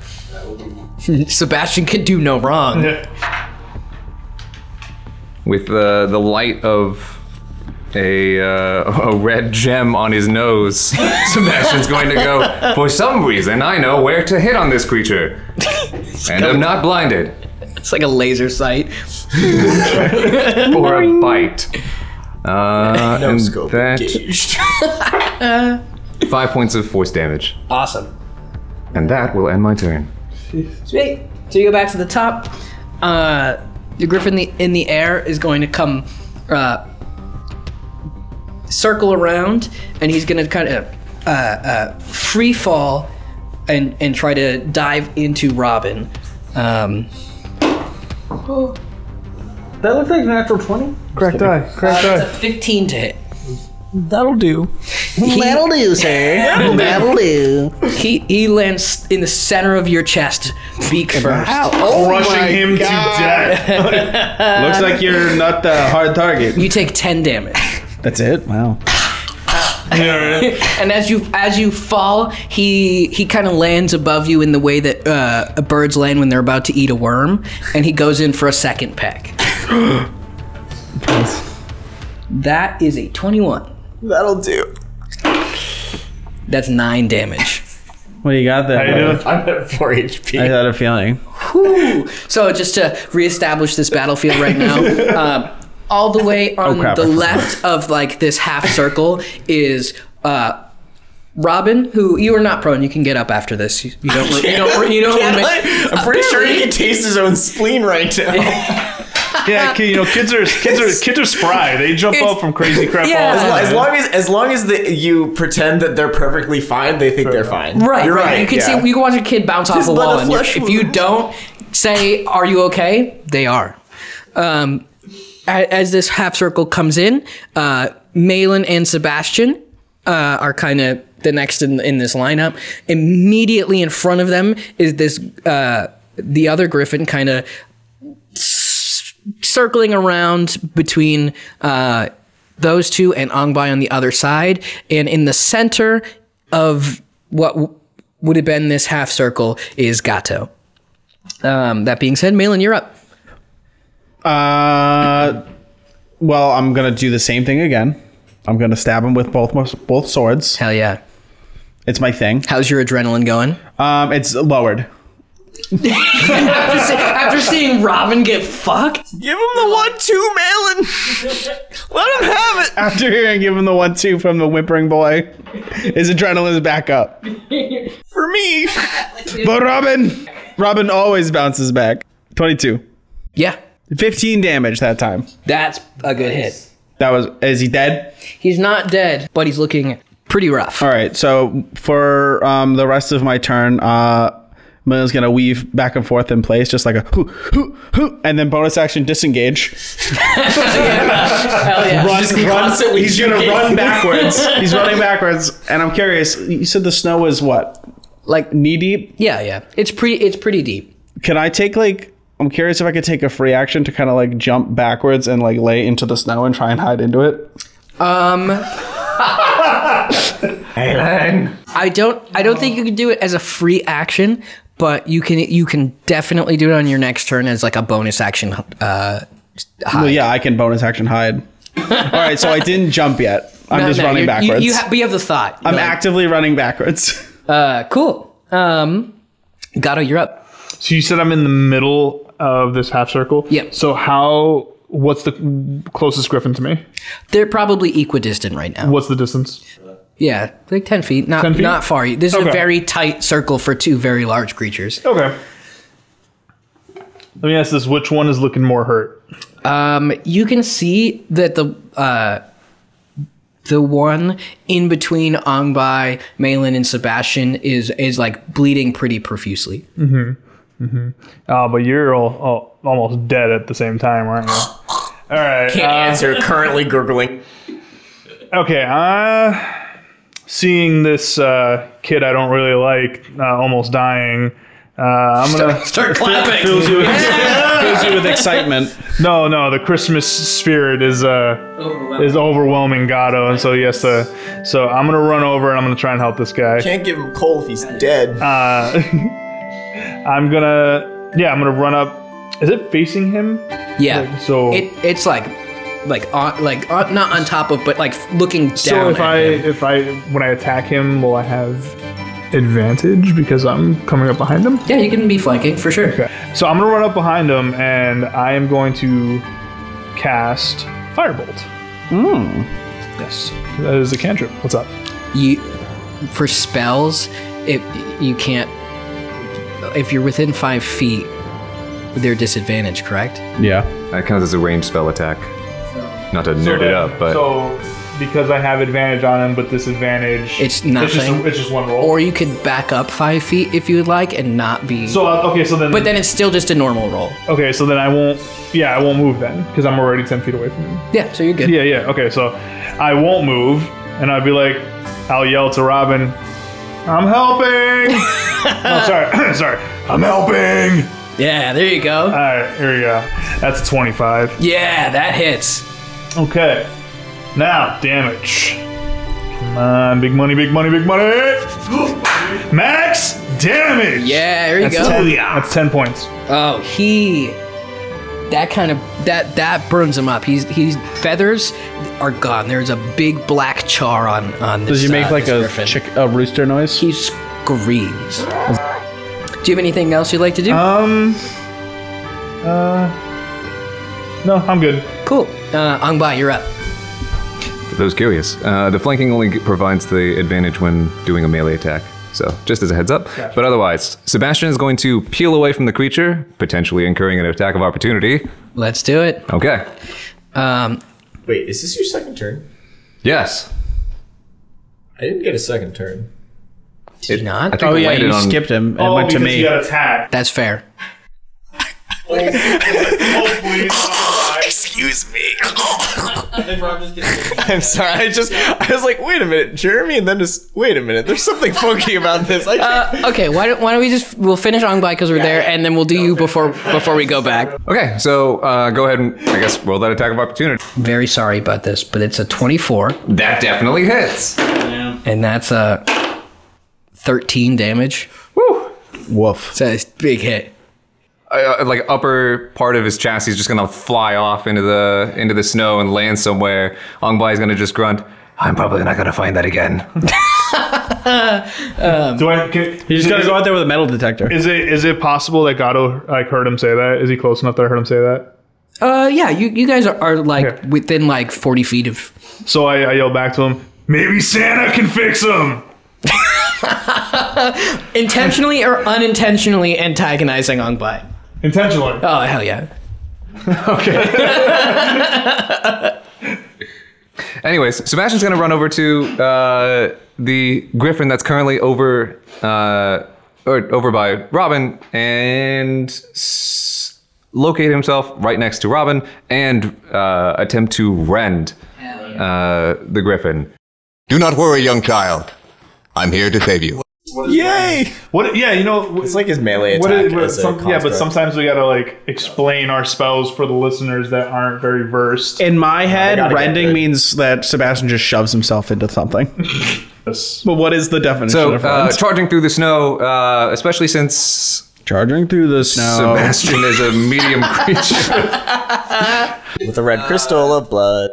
D: Sebastian can do no wrong.
F: With uh, the light of a, uh, a red gem on his nose, Sebastian's going to go, for some reason, I know where to hit on this creature. And I'm not blinded.
D: It's like a laser sight.
F: For a bite. Uh, and that, five points of force damage.
D: Awesome.
F: And that will end my turn.
D: Sweet. So you go back to the top. Uh, the griffin the, in the air is going to come uh, circle around, and he's going to kind of uh, uh, free fall and and try to dive into Robin. Um,
B: That looked like a natural 20. Correct die. Correct
D: that's a
B: die.
D: 15 to hit.
I: That'll do.
D: He,
C: do, sir. That'll do.
D: he, he lands in the center of your chest, beak first.
B: Rushing him to death.
C: Oh Looks like you're not the hard target.
D: You take 10 damage.
C: That's it. Wow.
D: and as you as you fall, he he kind of lands above you in the way that uh, birds land when they're about to eat a worm, and he goes in for a second peck. that is a twenty-one.
E: That'll do.
D: That's nine damage.
C: What do you got there?
B: How you doing?
E: I'm at 4
C: I
E: HP.
C: had a feeling.
D: Whew. So just to reestablish this battlefield right now, um, all the way on
C: Oh, crap,
D: the
C: I forgot.
D: left of like this half circle is. Uh, Robin, who you are not prone, you can get up after this. You, you don't. You don't. You don't.
E: Can
D: remi-
E: I? I'm pretty sure he
D: Apparently.
E: can taste his own spleen right now.
B: Yeah, kid, you know, kids are kids are kids are spry. They jump
D: Uh, It's-
B: up from crazy crap
D: Yeah.
B: all the
E: As,
B: time.
E: lo- as long as as long as the, you pretend that they're perfectly fine, they think they're fine.
D: Right,
E: You're
D: right.
E: right.
D: You can
E: yeah.
D: see you can watch a kid bounce off
E: Just
D: a
E: let
D: wall,
E: a
D: and you're-
E: flesh
D: if you
E: wound.
D: don't say, "Are you okay?" They are. Um, a- as this half circle comes in, uh, Malin and Sebastian uh, are kind of the next in, in this lineup. Immediately in front of them is this uh, the other Griffin, kind of circling around between uh, those two and Ongbai on the other side. And in the center of what w- would have been this half circle is Gato. Um, that being said, Malin, you're up.
C: Uh, well, I'm gonna do the same thing again. I'm gonna stab him with both my- both swords.
D: Hell yeah.
C: It's my thing.
D: How's your adrenaline going?
C: Um, it's lowered.
D: after, se- after seeing Robin get fucked?
E: Give him the one two, Malin. Let him have it.
C: After hearing give him the one two from the whimpering boy, his adrenaline is back up.
E: For me,
C: But Robin, Robin always bounces back. 22.
D: Yeah.
C: 15 damage that time.
D: That's a good hit.
C: That was. Is he dead?
D: He's not dead, but he's looking pretty rough.
C: All right. So for um, the rest of my turn, uh, Mila's gonna weave back and forth in place, just like a hoo hoo hoo, and then bonus action disengage.
D: Hell yeah.
C: Run, run. He's gonna run backwards. He's running backwards, and I'm curious. You said the snow was what
D: Like,
C: knee deep.
D: yeah, yeah. It's pretty, it's pretty deep.
C: Can I take like? I'm curious if I could take a free action to kind of like jump backwards and like lay into the snow and try and hide into it.
D: I don't I don't think you can do it as a free action, but you can you can definitely do it on your next turn as like a bonus action. Uh,
C: Well, yeah, I can bonus action hide. All right, so I didn't jump yet. I'm just
D: no,
C: running
D: you're- you-
C: backwards.
D: You, ha- but you have the thought.
C: I'm
D: You're like,
C: actively running backwards.
D: uh, cool. Um, Gato, you're up.
B: So you said I'm in the middle of this half circle.
D: Yep.
B: So how What's the closest griffin to me?
D: They're probably equidistant right now.
B: What's the distance?
D: Yeah, like ten feet. Not
B: 10 feet?
D: not far. This is
B: Okay.
D: a very tight circle for two very large creatures.
B: Okay. Let me ask this: Which one is looking more hurt?
D: Um, you can see that the uh, the one in between Angbai, Malin, and Sebastian is is like bleeding pretty profusely.
B: Uh, but you're all, all, almost dead at the same time, aren't you? All right.
E: Can't answer. Currently gurgling.
B: Okay, uh, seeing this uh, kid I don't really like uh, almost dying, uh, I'm gonna
D: Start clapping.
C: fills you with, fills you with excitement.
B: no no the Christmas spirit is uh is overwhelming Gato, and so yes, uh, so I'm gonna run over and I'm gonna try and help this guy.
E: Can't give him coal if he's dead.
B: Uh, I'm gonna yeah I'm gonna run up. Is it facing him?
D: yeah.
B: So
D: It it's like like on like on, not on top of but like looking down.
B: so if
D: at
B: I
D: him.
B: if I when I attack him, will I have advantage because I'm coming up behind him?
D: yeah, you can be flanking for sure.
B: So I'm gonna run up behind him, and I am going to cast Firebolt.
D: Hmm.
B: Yes, that is a cantrip. What's up?
D: you for spells it you can't if you're within five feet they're disadvantaged correct
C: Yeah.
F: That counts as a ranged spell attack. Not to nerd it up, but
B: so because I have advantage on him, but disadvantage.
D: It's
B: It's just,
D: nothing.
B: it's just one roll.
D: or you could back up five feet if you would like and not be
B: so uh, okay, so then.
D: but then it's still just a normal roll
B: okay, so then I won't. Yeah, I won't move then because I'm already ten feet away from him.
D: yeah so you're good
B: Yeah, yeah. Okay, so I won't move, and I'd be like, I'll yell to Robin, "I'm helping." oh, sorry, sorry. I'm helping.
D: Yeah, there you go
B: All right, here we go. That's twenty-five.
D: yeah that hits
B: Okay. Now, damage. Come on, big money, big money, big money! Max damage!
D: yeah there you go
B: That's 10 points.
D: oh he that kind of that that burns him up he's he's feathers are gone there's a big black char on on this,
C: Does you make
D: uh,
C: like
D: this
C: a
D: griffin.
C: chick a rooster noise?
D: He screams. Do you have anything else you'd like to do?
B: Um. Uh. No, I'm good.
D: cool. Uh, Angba, you're up.
F: for those curious, uh, the flanking only g- provides the advantage when doing a melee attack. So, just as a heads up. But otherwise, Sebastian is going to peel away from the creature, potentially incurring an attack of opportunity.
D: Let's do it.
F: Okay.
D: Um,
E: Wait, is this your second turn?
F: Yes.
E: I didn't get a second turn.
D: did you not?
F: think
C: oh
F: it
C: yeah,
F: landed
C: you
F: on-
C: skipped him and
D: Oh,
B: Oh,
C: went to me.
B: attacked.
D: That's fair.
E: Excuse me. I'm sorry. I just I was like, wait a minute, Jeremy, and then just wait a minute. There's something funky about this. I
D: Uh, okay, why don't, why don't we just we'll finish Angba because we're there, and then we'll do you before before we go back.
F: Okay, so uh, go ahead and, I guess, roll that attack of opportunity.
D: Very sorry about this, but it's a 24,
F: That definitely hits. Uh,
D: and that's a 13 damage.
C: Woof.
D: So it's a big hit.
F: uh, like upper part of his chassis is just gonna fly off into the into the snow and land somewhere. Ongbai is gonna just grunt.
G: I'm probably not gonna find that again.
B: Do I. Can,
C: You just gotta go out there with a metal detector.
B: Is it is it possible that Gato like heard him say that? Is he close enough that I heard him say that?
D: Uh, yeah, you, you guys are, are like
B: Here.
D: within like 40 feet of.
B: So I, I yell back to him. Maybe Santa can fix him.
D: Intentionally or unintentionally antagonizing Angba.
B: Intentionally.
D: Oh, hell yeah.
F: Anyways, Sebastian's gonna run over to uh, the griffin that's currently over uh, or over by Robin and s- locate himself right next to Robin and uh, attempt to rend uh, the griffin.
J: Do not worry, young child. I'm here to save you.
E: Yay!
B: What? Yeah, you know.
E: It's like his melee attack.
B: What is, what-
E: as a
B: some- yeah, but
E: construct.
B: sometimes we gotta like explain our spells for the listeners that aren't very versed.
C: In my head,
E: gotta get
C: rending
E: good.
C: means that Sebastian just shoves himself into something. but what is the definition
F: So
C: of
F: uh,
C: rend?
F: charging through the snow, uh, especially since
C: Charging through the snow.
F: Sebastian is a medium creature.
E: with a red crystal of blood.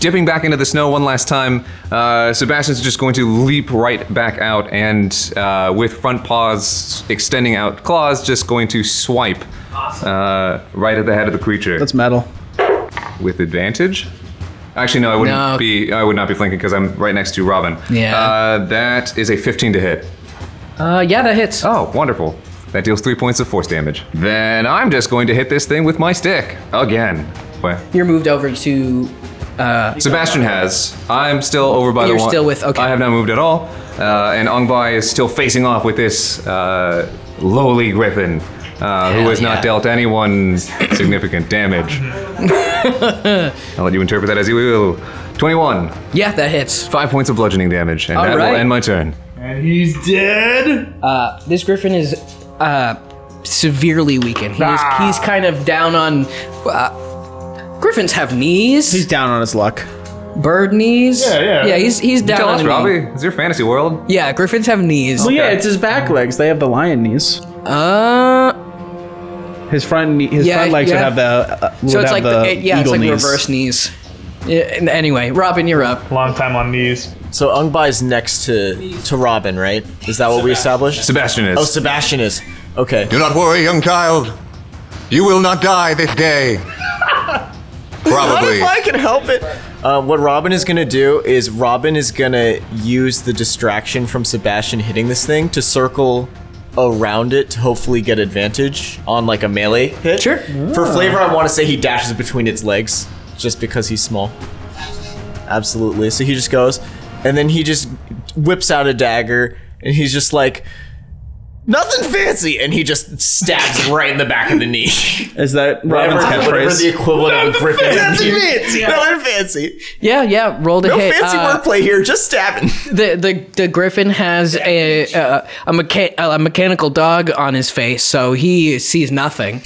F: Dipping back into the snow one last time, uh, Sebastian's just going to leap right back out and, uh, with front paws extending out claws, just going to swipe uh, right at the head of the creature
C: That's metal.
F: with advantage. Actually, no, I wouldn't
D: No.
F: be. I would not be flanking because I'm right next to Robin.
D: Yeah.
F: Uh, that is a 15 to hit.
D: Uh, yeah, that hits.
F: Oh, wonderful. That deals three points of force damage. Then I'm just going to hit this thing with my stick again. What?
D: You're moved over to.
F: Sebastian has. I'm still over by the
D: You're
F: one.
D: still with- okay.
F: I have not moved at all. Uh, and Ongbai is still facing off with this uh, lowly griffin uh, who
D: Hell
F: has
D: yeah.
F: not dealt anyone significant damage. I'll let you interpret that as you will. 21.
D: Yeah, that hits.
F: Five points of bludgeoning damage, and that
D: right.
F: will end my turn.
B: And he's dead.
D: Uh, this griffin is uh, severely weakened. He is, he's kind of down on. Uh, griffins have knees.
C: He's down on his luck.
D: bird knees.
B: Yeah, yeah.
D: Yeah, he's he's down
F: Tell
D: on
F: us,
D: the knee.
F: Robbie. It's your fantasy world.
D: Yeah, griffins have knees.
C: Well, yeah, it's his back legs. They have the lion knees.
D: Uh,
C: His front, knee, his
D: Yeah,
C: front legs
D: yeah.
C: would have the. Uh, would
D: so it's
C: have
D: like
C: the,
D: the, it- yeah, it's
C: eagle
D: like
C: knees.
D: reverse knees. Yeah, and anyway, Robin, you're up.
B: Long time on knees.
E: So Ungbai's next to to Robin, right? Is that what we established?
F: Sebastian is.
E: Oh, Sebastian is. Okay.
J: Do not worry, young child. You will not die this day.
E: Not
J: Probably.
E: if I can help it. Uh, what Robin is gonna do is Robin is gonna use the distraction from Sebastian hitting this thing to circle around it to hopefully get advantage on like a melee hit.
D: Sure.
E: For flavor, I want to say he dashes between its legs just because he's small. Absolutely. So he just goes, and then he just whips out a dagger, and he's just like. Nothing fancy, and he just stabs right in the back of the knee.
C: Is that Robin's
E: Whatever- whatever the
C: catchphrase?
E: equivalent of a griffin.
C: That's
E: fancy. Nothing fancy.
D: Yeah, yeah, roll the
E: No
D: hit.
E: fancy
D: Uh,
E: wordplay here. Just stabbing.
D: the, the the griffin has a a, a, mecha- a mechanical dog on his face, so he sees nothing.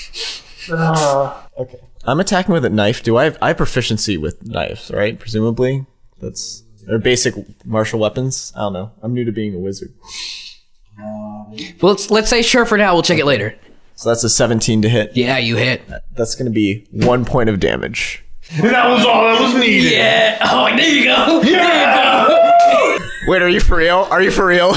E: I'm attacking with a knife. Do I have I have proficiency with knives, right? Presumably, that's or basic martial weapons. I don't know. I'm new to being a wizard.
D: Well, let's, let's say sure for now. We'll check it later.
E: So that's a 17 to hit.
D: Yeah, you hit.
E: That's gonna be one point of damage.
B: That was all that was needed.
D: Yeah. Oh, there you go.
E: Wait, are you for real? Are you for real?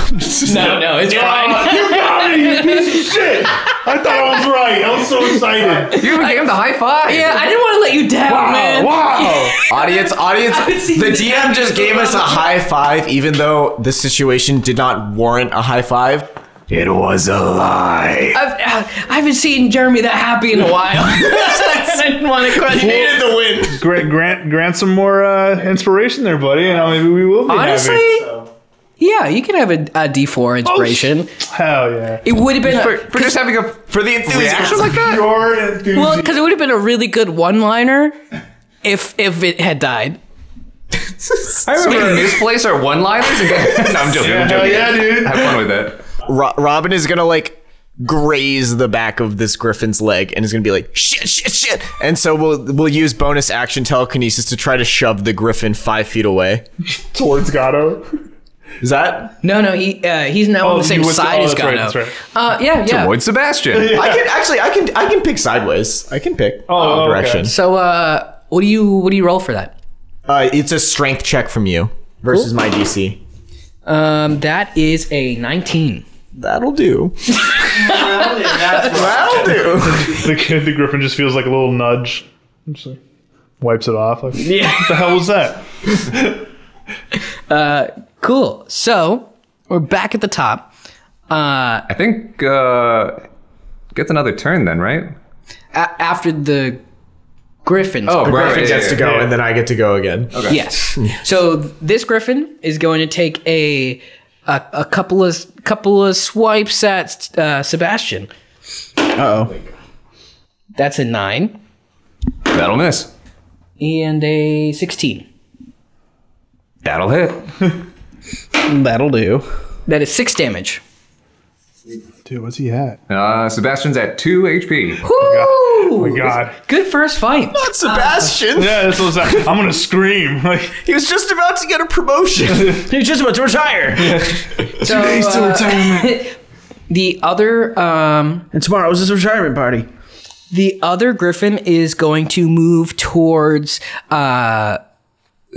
D: No, no, Oh, it's fine.
B: You got it, you piece of shit. I thought I was right. I was so excited. Oh,
F: you gave him the high five.
D: Yeah, I didn't want to let you down, man.
B: Wow.
E: audience, audience.
D: haven't seen
E: The
D: this
E: DM just gave us a high five, even though the situation did not warrant a high five.
G: It was a lie.
D: I've, uh, I haven't seen Jeremy that happy in a while. I didn't want to question it.
E: Needed the win.
B: Grant, grant, grant some more uh, inspiration there, buddy, and uh, maybe we will be
D: Honestly,
B: happy.
D: yeah, you can have a a D4 inspiration.
B: Hell yeah.
D: It would have been
F: For,
D: a,
F: for just having a
E: For the enthusiasm.
F: like that.
B: Your
D: well
B: enthusiasm.
D: because it would have been a really good one-liner if if it had died.
F: I remember we can misplace our one liners and get. No, I'm joking. I'm
B: Hell
F: joking.
B: yeah, dude.
F: Have fun with it.
E: Ro- Robin is gonna like graze the back of this griffin's leg and is gonna be like shit shit shit and so we'll we'll use bonus action telekinesis to try to shove the griffin five feet away
B: Towards Gato.
E: is that
D: No, no, he uh, he's now on
B: Oh,
D: the same
B: he was-
D: side
B: oh,
D: as
B: that's right,
D: Gato.
B: that's right.
D: Uh, yeah, yeah.
F: Avoid Sebastian.
E: i can actually i can i can pick sideways i can pick
B: Oh,
E: uh,
B: okay.
E: direction
D: So, uh, what do you what do you roll for that?
E: uh it's a strength check from you versus my dc
D: Um, that is a nineteen.
E: that'll do that'll do
B: The kid, the griffin just feels like a little nudge. Just like wipes it off. Like, What the hell was that?
D: Cool. So we're back at the top. Uh,
F: I think uh, gets another turn then, right?
D: a- after the Griffins.
F: Oh, right.
E: griffin
F: yeah,
E: gets
F: yeah,
E: to go and then i get to go again okay
D: Yes. So this griffin is going to take a a, a couple of couple of swipes at uh, Sebastian.
C: Uh oh.
D: That's a nine
F: That'll miss.
D: and a sixteen.
F: That'll hit.
C: That'll do.
D: That is six damage.
B: Dude, what's he at?
F: Uh, Sebastian's at two HP.
D: Woo!
B: my God.
D: Good first fight.
E: Not Sebastian.
B: Yeah, that's what I was I'm gonna scream. Like
E: He was just about to get a promotion.
C: He's just about to retire.
D: So, uh, the other um,
C: And tomorrow's his retirement party.
D: the other griffin is going to move towards uh,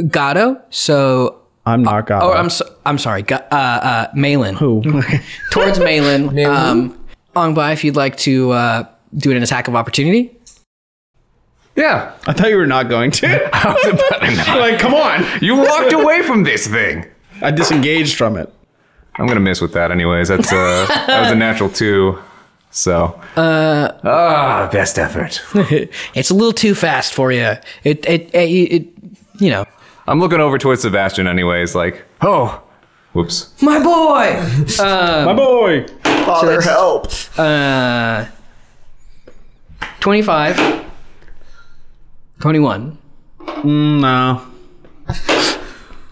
D: Gato. So
C: I'm not God.
D: Oh, I'm so, I'm sorry. Gu- Uh, uh, Malin. Who? Towards Malin. um, Ongba, if you'd like to uh, do an attack of opportunity?
F: Yeah.
C: I thought you were not going to.
F: How's it better now?
C: like, come on.
F: You walked away from this thing.
C: I disengaged from it.
F: I'm gonna miss with that anyways. That's uh that was a natural two. So
G: Ah, best effort.
D: It's a little too fast for you. It, it, it, it you know.
F: I'm looking over towards Sebastian anyways, like, oh whoops.
D: My boy!
C: My boy.
E: Father, help.
D: Uh, 25. 21.
C: Mm, No.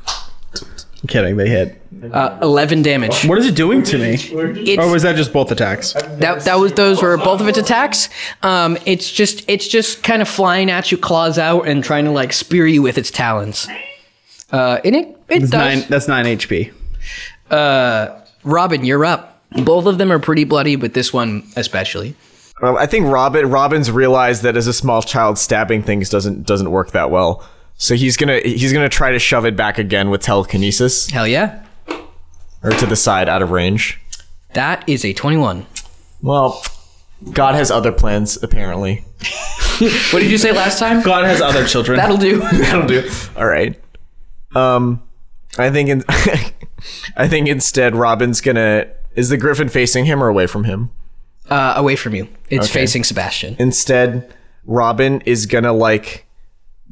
C: I'm kidding. They hit.
D: Uh, 11 damage.
C: What is it doing to me?
D: It's,
C: Or was that just both attacks?
D: that, that was those were both of its attacks. Um, it's just it's just kind of flying at you, claws out, and trying to like spear you with its talons. Uh, and it it does.
C: That's nine, that's nine HP.
D: Robin, you're up. Both of them are pretty bloody, but this one especially.
E: Um, I think Robin Robin's realized that as a small child, stabbing things doesn't doesn't work that well. So he's gonna he's gonna try to shove it back again with telekinesis
D: Hell yeah,
E: or to the side out of range.
D: that is a 21.
E: Well, God has other plans apparently.
D: What did you say last time?
C: God has other children.
D: That'll do. That'll do.
E: All right. Um, I think in, I think instead Robin's gonna is the Griffin facing him or away from him?
D: Uh, away from you. It's facing Sebastian.
E: Instead, Robin is gonna like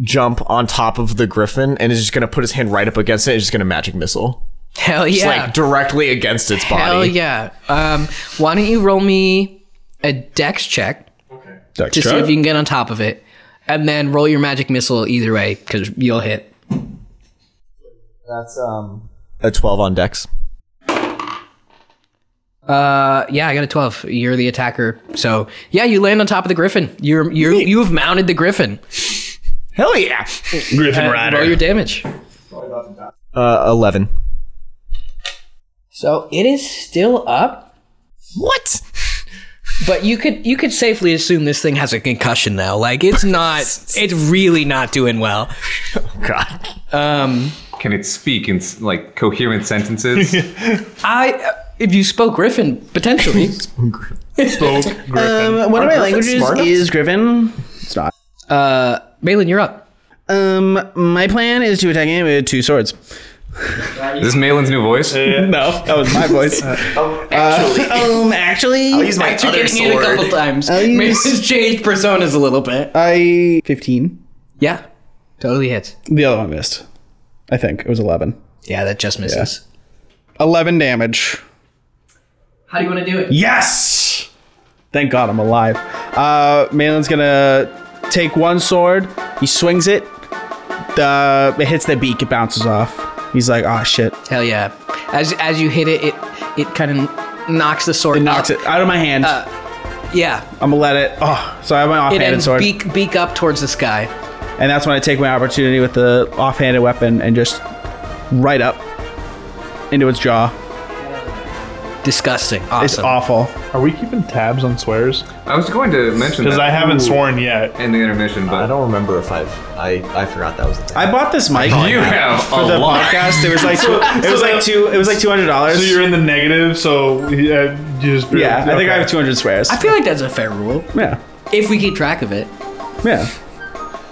E: jump on top of the Griffin and is just gonna put his hand right up against it. and is just gonna magic missile.
D: Hell
E: It's
D: yeah.
E: like directly against its body.
D: Hell yeah. Um, why don't you roll me a dex check
C: Duck
D: to see
C: shot.
D: if you can get on top of it, and then roll your magic missile either way because you'll hit.
E: That's um a twelve on Dex.
D: Uh, yeah, I got a twelve. You're the attacker, so yeah, you land on top of the griffin. You're you're you have mounted the griffin.
E: Hell yeah.
C: Griffin
D: Roll your damage.
E: Uh, eleven.
D: So it is still up,
E: What?
D: but you could you could safely assume this thing has a concussion now. Like it's not. it's really not doing well.
E: God.
D: Um,
F: Can it speak in s- like coherent sentences?
D: I if you spoke griffin potentially.
B: Spoke Griffin.
C: Um, one of my languages
E: smart enough?
C: is Griffin. It's not.
D: Uh, Malin, you're up.
C: Um, my plan is to attack him with two swords.
F: Is this Malin's new voice?
C: No, that was my voice.
E: Actually,
C: um, actually,
E: he's my
D: After
E: other
D: getting hit a couple
E: sword.
D: times,
C: I'll use-
D: Mason's Oh, changed personas a little bit.
C: I fifteen.
D: Yeah, totally hits.
C: The other one missed. I think it was eleven.
D: Yeah, that just misses.
C: Eleven damage.
D: How do you want to do it?
C: Yes. Thank God I'm alive. Uh, Malin's gonna take one sword. He swings it. The it hits the beak. It bounces off. He's like, ah, shit.
D: Hell yeah! As as you hit it, it it kind of knocks the sword.
C: It knocks
D: up.
C: it out of my hand.
D: Yeah,
C: I'm gonna let it. Oh, so I have my
D: it
C: offhanded
D: ends
C: sword.
D: beak beak up towards the sky.
C: And that's when I take my opportunity with the offhanded weapon and just right up into its jaw.
D: Disgusting.
C: It's
D: Awesome.
C: awful.
B: Are we keeping tabs on swears?
F: I was going to mention
B: Because
F: that
B: I haven't sworn yet.
F: in the intermission,
E: I
F: but
E: don't remember if I've I I forgot that was the
C: I bought this mic
F: you have a
C: for the
F: lot.
C: podcast. It was like two, it was like two it was like two hundred
B: So
C: dollars.
B: you're in the negative. So uh, you just
C: Yeah, I think I have
B: okay.
C: two hundred swears.
D: I feel like that's a fair rule
C: Yeah,
D: if we keep track of it.
C: yeah.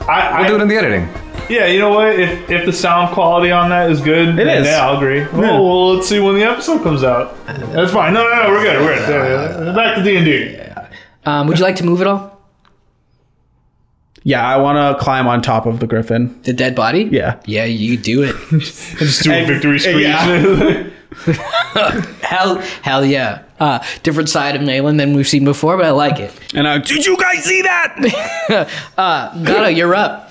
B: I, I,
F: I'll do it in the editing.
B: Yeah, you know what? If if the sound quality on that is good, it
C: is.
B: Yeah, I'll agree. Oh,
C: Yeah.
B: well, let's see when the episode comes out. That's fine. No, no, no, we're good. We're good. Yeah, yeah. Back to D and D.
D: Um, would you like to move at all?
C: Yeah, I want to climb on top of the griffin.
D: The dead body?
C: Yeah.
D: Yeah, you do it.
B: Just do a
C: And-
B: victory screech.
C: yeah.
D: hell, hell yeah. Uh, different side of Naylan than we've seen before, but I like it.
C: And I did you guys see that?
D: Gato, you're up.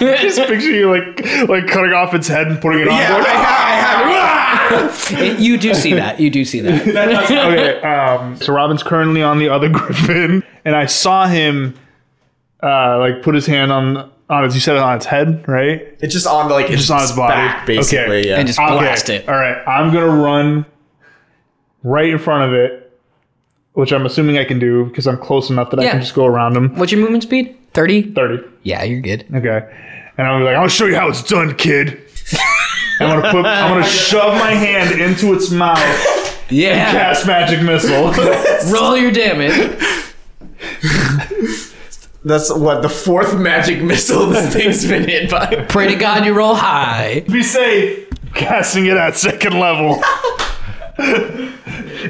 B: just picture you like like cutting off its head and putting it on. board.
D: you do see that. You do see that.
B: okay, um, so Robin's currently on the other griffin, and I saw him uh, like put his hand on on its. You said it on its head, right?
E: It's just on like it's
B: just on its body.
E: back, basically.
B: Okay.
E: Yeah.
D: And just blast it.
B: All right, I'm gonna run right in front of it, which I'm assuming I can do because I'm close enough that I
D: Yeah.
B: can just go around him.
D: What's your movement speed? 30?
B: Thirty.
D: Yeah, you're good.
B: Okay, and I'm like, I'll show you how it's done, kid. I'm gonna put. I'm gonna shove my hand into its mouth.
D: Yeah.
B: Cast magic missile.
D: Roll your damage.
E: That's what the fourth magic missile this thing's been hit by.
D: Pray to God you roll high.
B: Be safe. Casting it at second level.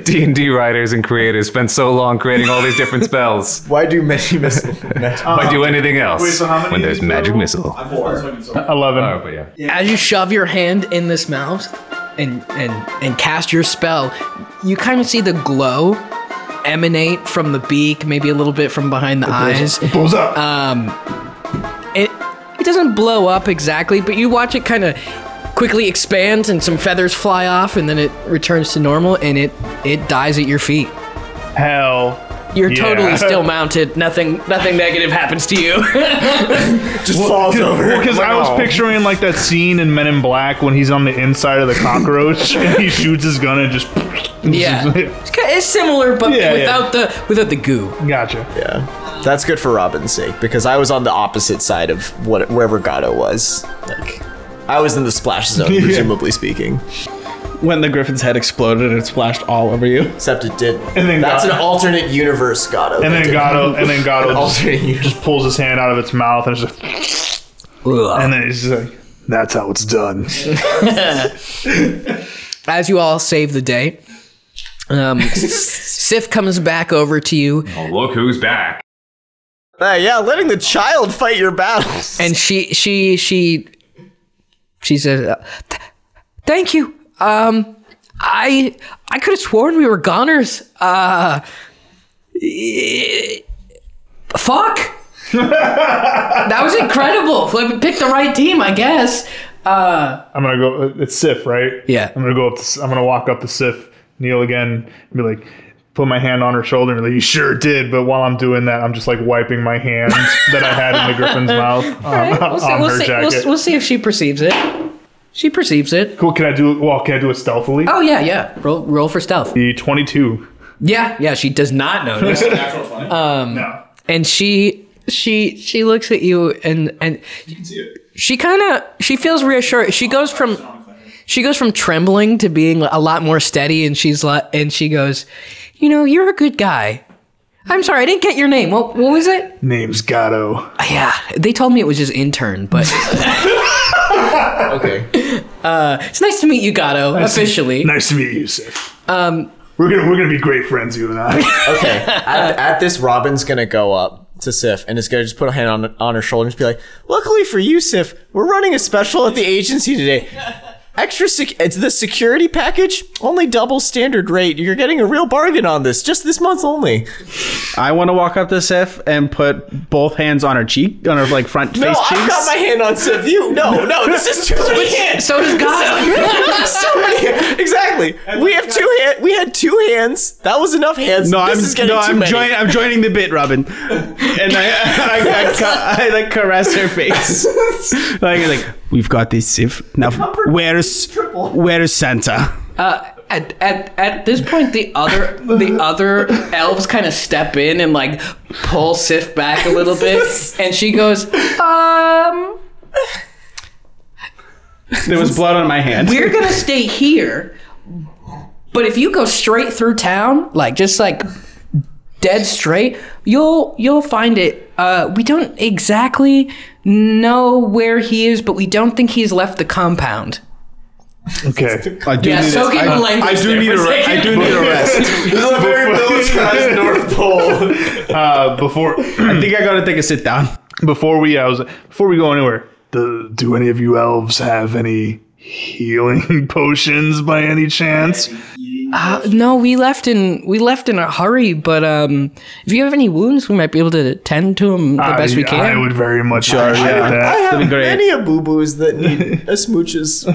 F: D and D writers and creators spend so long creating all these different spells.
E: Why do many missiles? Magic?
F: Why do anything else
B: Wait, so how many
F: when
B: of
F: there's
B: these
F: magic
B: total?
F: missile? Oh,
B: Eleven.
F: but yeah.
D: As you shove your hand in this mouth and and and cast your spell, you kind of see the glow emanate from the beak, maybe a little bit from behind the eyes.
B: Blows up.
D: It it doesn't blow up exactly, but you watch it kind of quickly expands and some feathers fly off and then it returns to normal and it it dies at your feet.
B: Hell.
D: You're
B: Yeah.
D: totally still mounted. Nothing nothing negative happens to you.
E: Just falls over.
B: Because I was picturing like that scene in Men in Black when he's on the inside of the cockroach and he shoots his gun and just.
D: yeah. It's, ki- it's similar but
B: Yeah, yeah.
D: without the without the goo.
B: gotcha.
E: Yeah. That's good for Robin's sake because I was on the opposite side of what wherever Gato was. Like, I was in the splash zone, presumably speaking.
C: When the griffin's head exploded and it splashed all over you.
E: Except it did.
B: And then
E: That's
B: Gato-
E: an alternate universe Gato.
B: And then Gato, and then Gato
E: An
B: just,
E: alternate universe.
B: just pulls his hand out of its mouth and it's just. And then he's just like,
G: That's how it's done.
D: as you all save the day, um, Sif comes back over to you,
F: Oh, look who's back.
E: Uh, yeah, letting the child fight your battles.
D: and she she she she says, uh, "Th- "Thank you. Um, I I could have sworn we were goners. Uh, eh, fuck. that was incredible. Like, we picked the right team, I guess. Uh,
B: I'm gonna go. It's Sif, right?
D: Yeah.
B: I'm gonna go up. To, I'm gonna walk up to Sif, kneel again, and be like, put my hand on her shoulder, and be like, "You sure did." But while I'm doing that, I'm just like wiping my hand that I had in the Griffin's mouth on,
D: we'll, see,
B: on
D: we'll,
B: her
D: see,
B: jacket.
D: we'll, we'll see if she perceives it. She perceives it.
B: cool. Can I do? Well, can I do it stealthily?
D: Oh yeah, yeah. Roll roll for stealth.
B: The 22.
D: Yeah, yeah, she does not notice.
B: No.
D: and she she she looks at you and and she kind of she feels reassured. She goes from she goes from trembling to being a lot more steady and she's like and she goes, "You know, you're a good guy." I'm sorry, I didn't get your name. What what was it?
B: Name's Gato.
D: Yeah, they told me it was just intern, but
E: okay.
D: it's nice to meet you, Gato, officially.
B: Nice to meet you, Sif. Um, we're gonna we're gonna be great friends, you and I.
E: Okay. At, at this, Robin's gonna go up to Sif and is gonna just put a hand on on her shoulder and just be like, "Luckily for you, Sif, we're running a special at the agency today. Extra, sec- it's the security package, only double standard rate. You're getting a real bargain on this, just this month only."
C: I want to walk up to Sif and put both hands on her cheek, on her like front
E: No,
C: face
E: I've
C: cheeks.
E: got my hand on Sif. You, no, no, this is too many hands.
D: So does Gato.
E: so many hands. Exactly. We have two hand. We had two hands. That was enough hands.
C: no,
E: this
C: I'm
E: is getting
C: no,
E: too
C: I'm
E: many.
C: joining. I'm joining the bit, Robin. And I, I, I, I, ca- I, like caress her face. like, like we've got this, Sif. Now, where's where's Santa?
D: Uh, at, at, at this point, the other the other elves kind of step in and like pull Sif back a little bit, and she goes, "Um,
C: There was blood on my hand.
D: we're gonna stay here, but if you go straight through town, like just like dead straight, you'll you'll find it. Uh, we don't exactly know where he is, but we don't think he's left the compound."
B: Okay.
C: I do
D: Yeah,
C: need
D: soak
C: a-
D: in the
C: I-
D: language
C: I do
D: there
C: need
D: for
C: a
D: a
C: re- I
D: second.
C: do need a rest.
E: This is a very militarized North Pole.
B: Uh, before
C: I think I gotta take a sit down.
B: before we I was before we go anywhere. Do, do any of you elves have any healing potions by any chance?
D: Uh, No, we left in we left in a hurry, but um, if you have any wounds, we might be able to tend to them the best we
B: I-
D: can.
B: I would very much appreciate
C: yeah.
B: that.
E: I have
C: be great.
E: many a boo boos that need a smooches.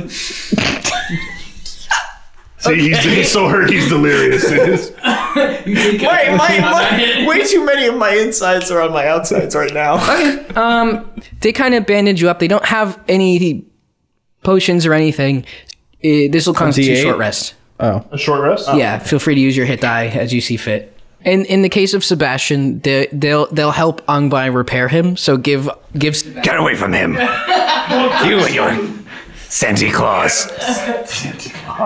B: See, he's, he's so hurt, he's delirious.
E: Wait, my, my, way too many of my insides are on my outsides right now.
D: Um, they kind of bandage you up. They don't have any potions or anything. Uh, this will constitute
C: 28?
D: short rest.
B: a short rest.
D: Yeah, feel free to use your hit die as you see fit. And in the case of Sebastian, they, they'll they'll help Angbai repair him. So give give
G: Get away from him. you and your Santa Claus.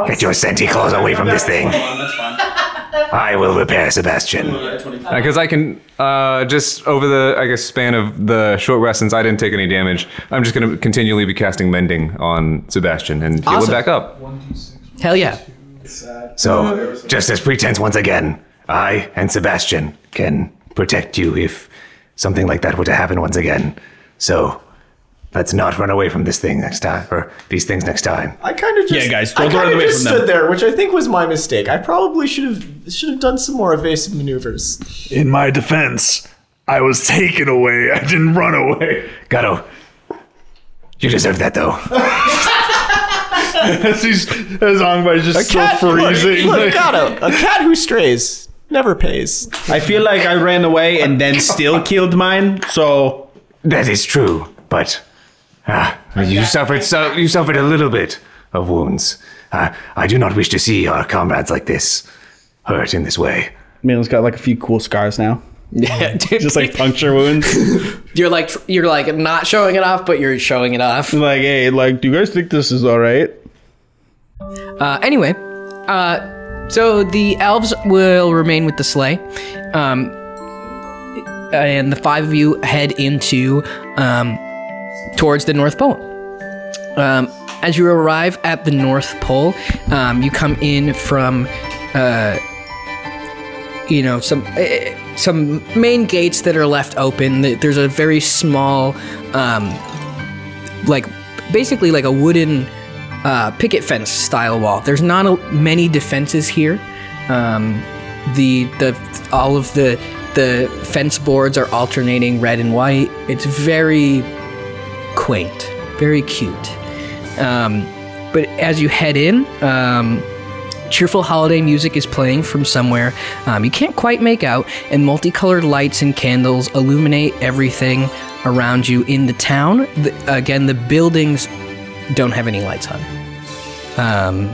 G: Get your Santa Claus away from this thing.
F: I will repair Sebastian.
K: Because I can uh, just over the I guess span of the short rest since I didn't take any damage, I'm just gonna continually be casting mending on Sebastian and heal
A: Awesome.
K: it back up.
A: Hell yeah.
F: So, just as pretense once again, I and Sebastian can protect you if something like that were to happen once again. So, let's not run away from this thing next time, or these things next time.
E: I kind of just
C: Yeah, guys, don't
E: I
C: run
E: kind of
C: away
E: just
C: from them.
E: stood there, which I think was my mistake. I probably should have should have done some more evasive maneuvers.
B: In my defense, I was taken away. I didn't run away.
F: Gato, you deserve that though.
B: as he's as Angbai's just still freezing.
E: Look,
B: like-
E: look Gato, a cat who strays never pays.
C: I feel like I ran away and then still killed mine. So
F: That is true, but ah, you suffered so you suffered a little bit of wounds. Uh, I do not wish to see our comrades like this hurt in this way.
C: Milan's got like a few cool scars now,
A: Yeah, dude.
C: just like puncture wounds.
A: you're like you're like not showing it off, but you're showing it off.
C: like, hey, like, do you guys think this is all right?
A: Uh, anyway, uh, so the elves will remain with the sleigh, um, and the five of you head into um, towards the North Pole. Um, as you arrive at the North Pole, um, you come in from, uh, you know, some eh, some main gates that are left open. There's a very small, um, like basically like a wooden uh, picket fence style wall. There's not a, many defenses here. Um, the the all of the the fence boards are alternating red and white. It's very quaint, very cute. Um, but as you head in, um, cheerful holiday music is playing from somewhere. Um, you can't quite make out, and multicolored lights and candles illuminate everything around you in the town. The, again, the buildings don't have any lights on. Um,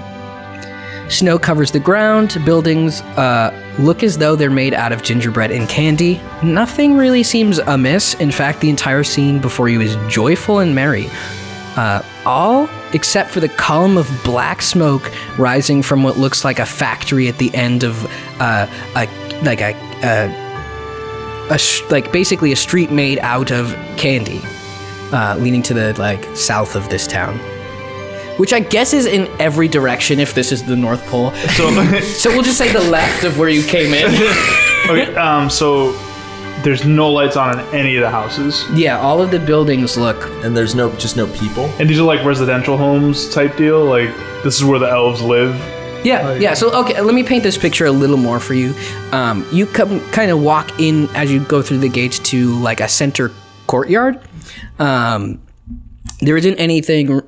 A: snow covers the ground. Buildings uh, look as though they're made out of gingerbread and candy. Nothing really seems amiss. In fact, the entire scene before you is joyful and merry. Uh, all except for the column of black smoke rising from what looks like a factory at the end of uh, a like a, a, a sh- like basically a street made out of candy uh, leaning to the like south of this town, which I guess is in every direction if this is the North Pole. So, so we'll just say the left of where you came in.
B: Okay, um, so there's no lights on in any of the houses,
A: Yeah, all of the buildings look.
E: And there's no just no people.
B: and these are like residential homes type deal. Like this is where the elves live.
A: Yeah, yeah. So okay, let me paint this picture a little more for you. Um, you come kind of walk in as you go through the gates to like a center courtyard. Um, there isn't anything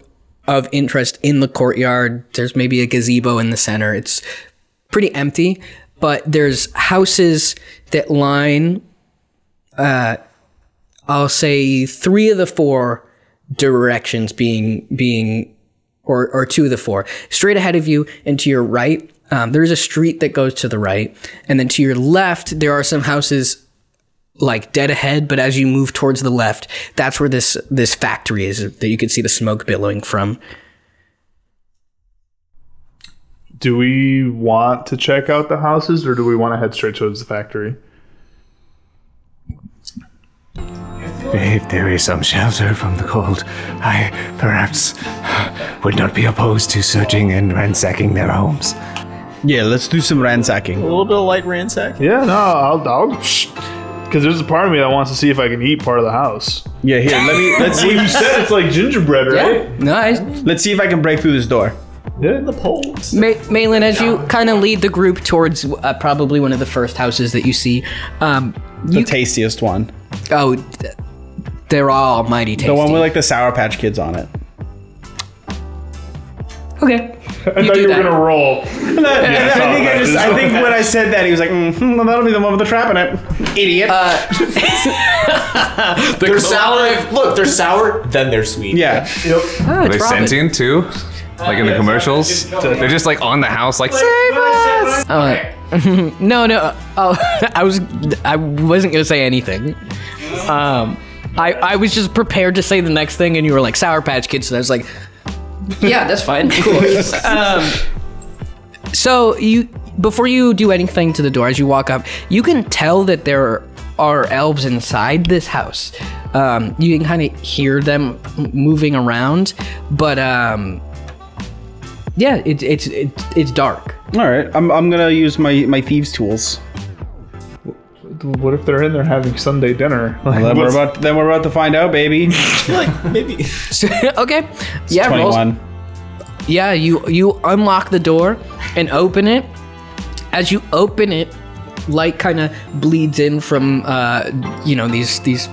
A: of interest in the courtyard. There's maybe a gazebo in the center. It's pretty empty, but there's houses that line. Uh, I'll say three of the four directions being being or, or two of the four. Straight ahead of you and to your right, um, there is a street that goes to the right. And then to your left, there are some houses like dead ahead, but as you move towards the left, that's where this this factory is that you can see the smoke billowing from.
B: Do we want to check out the houses, or do we want to head straight towards the factory?
F: If there is some shelter from the cold, I perhaps would not be opposed to searching and ransacking their homes.
C: Yeah, let's do some ransacking.
E: A little bit of light ransack.
B: Yeah, no, I'll. I'll because there's a part of me that wants to see if I can eat part of the house.
C: Yeah, here, let me. Let's see.
B: You said it's like gingerbread, right?
A: Nice.
C: Let's see if I can break through this door.
B: Yeah.
E: The poles.
A: Ma- Malin, as you kind of lead the group towards uh, probably one of the first houses that you see, um,
C: The
A: you
C: tastiest one,
A: oh, th- they're all mighty tasty.
C: the one with like the Sour Patch Kids on it.
A: okay,
B: I thought
A: do
B: you were
A: that.
B: gonna roll.
C: I think I just. I think when I said that, he was like, mm, well, "That'll be the one with the trap in it." Idiot.
E: They're sour. Look, they're sour. Then they're sweet.
C: yeah.
A: oh,
K: Are they
A: it's Robin.
K: sentient too? Like in the commercials, they're just like on the house, like save us.
A: No, no. Oh, I was, I wasn't gonna say anything. Um, I, I was just prepared to say the next thing, and you were like Sour Patch Kids, and I was like, Yeah, that's fine. Cool. um, so you, before you do anything to the door, as you walk up, you can tell that there are elves inside this house. Um, you can kind of hear them m- moving around, but um, yeah, it, it's it's it's dark.
C: All right, I'm, I'm gonna use my my thieves' tools.
B: What if they're in there having Sunday dinner? Like,
C: Then we're
B: what's-
C: about then we're about to find out, baby.
A: So, okay, yeah, rolls-
C: Twenty-one.
A: Yeah, you you unlock the door and open it. As you open it, light kind of bleeds in from uh, you know these these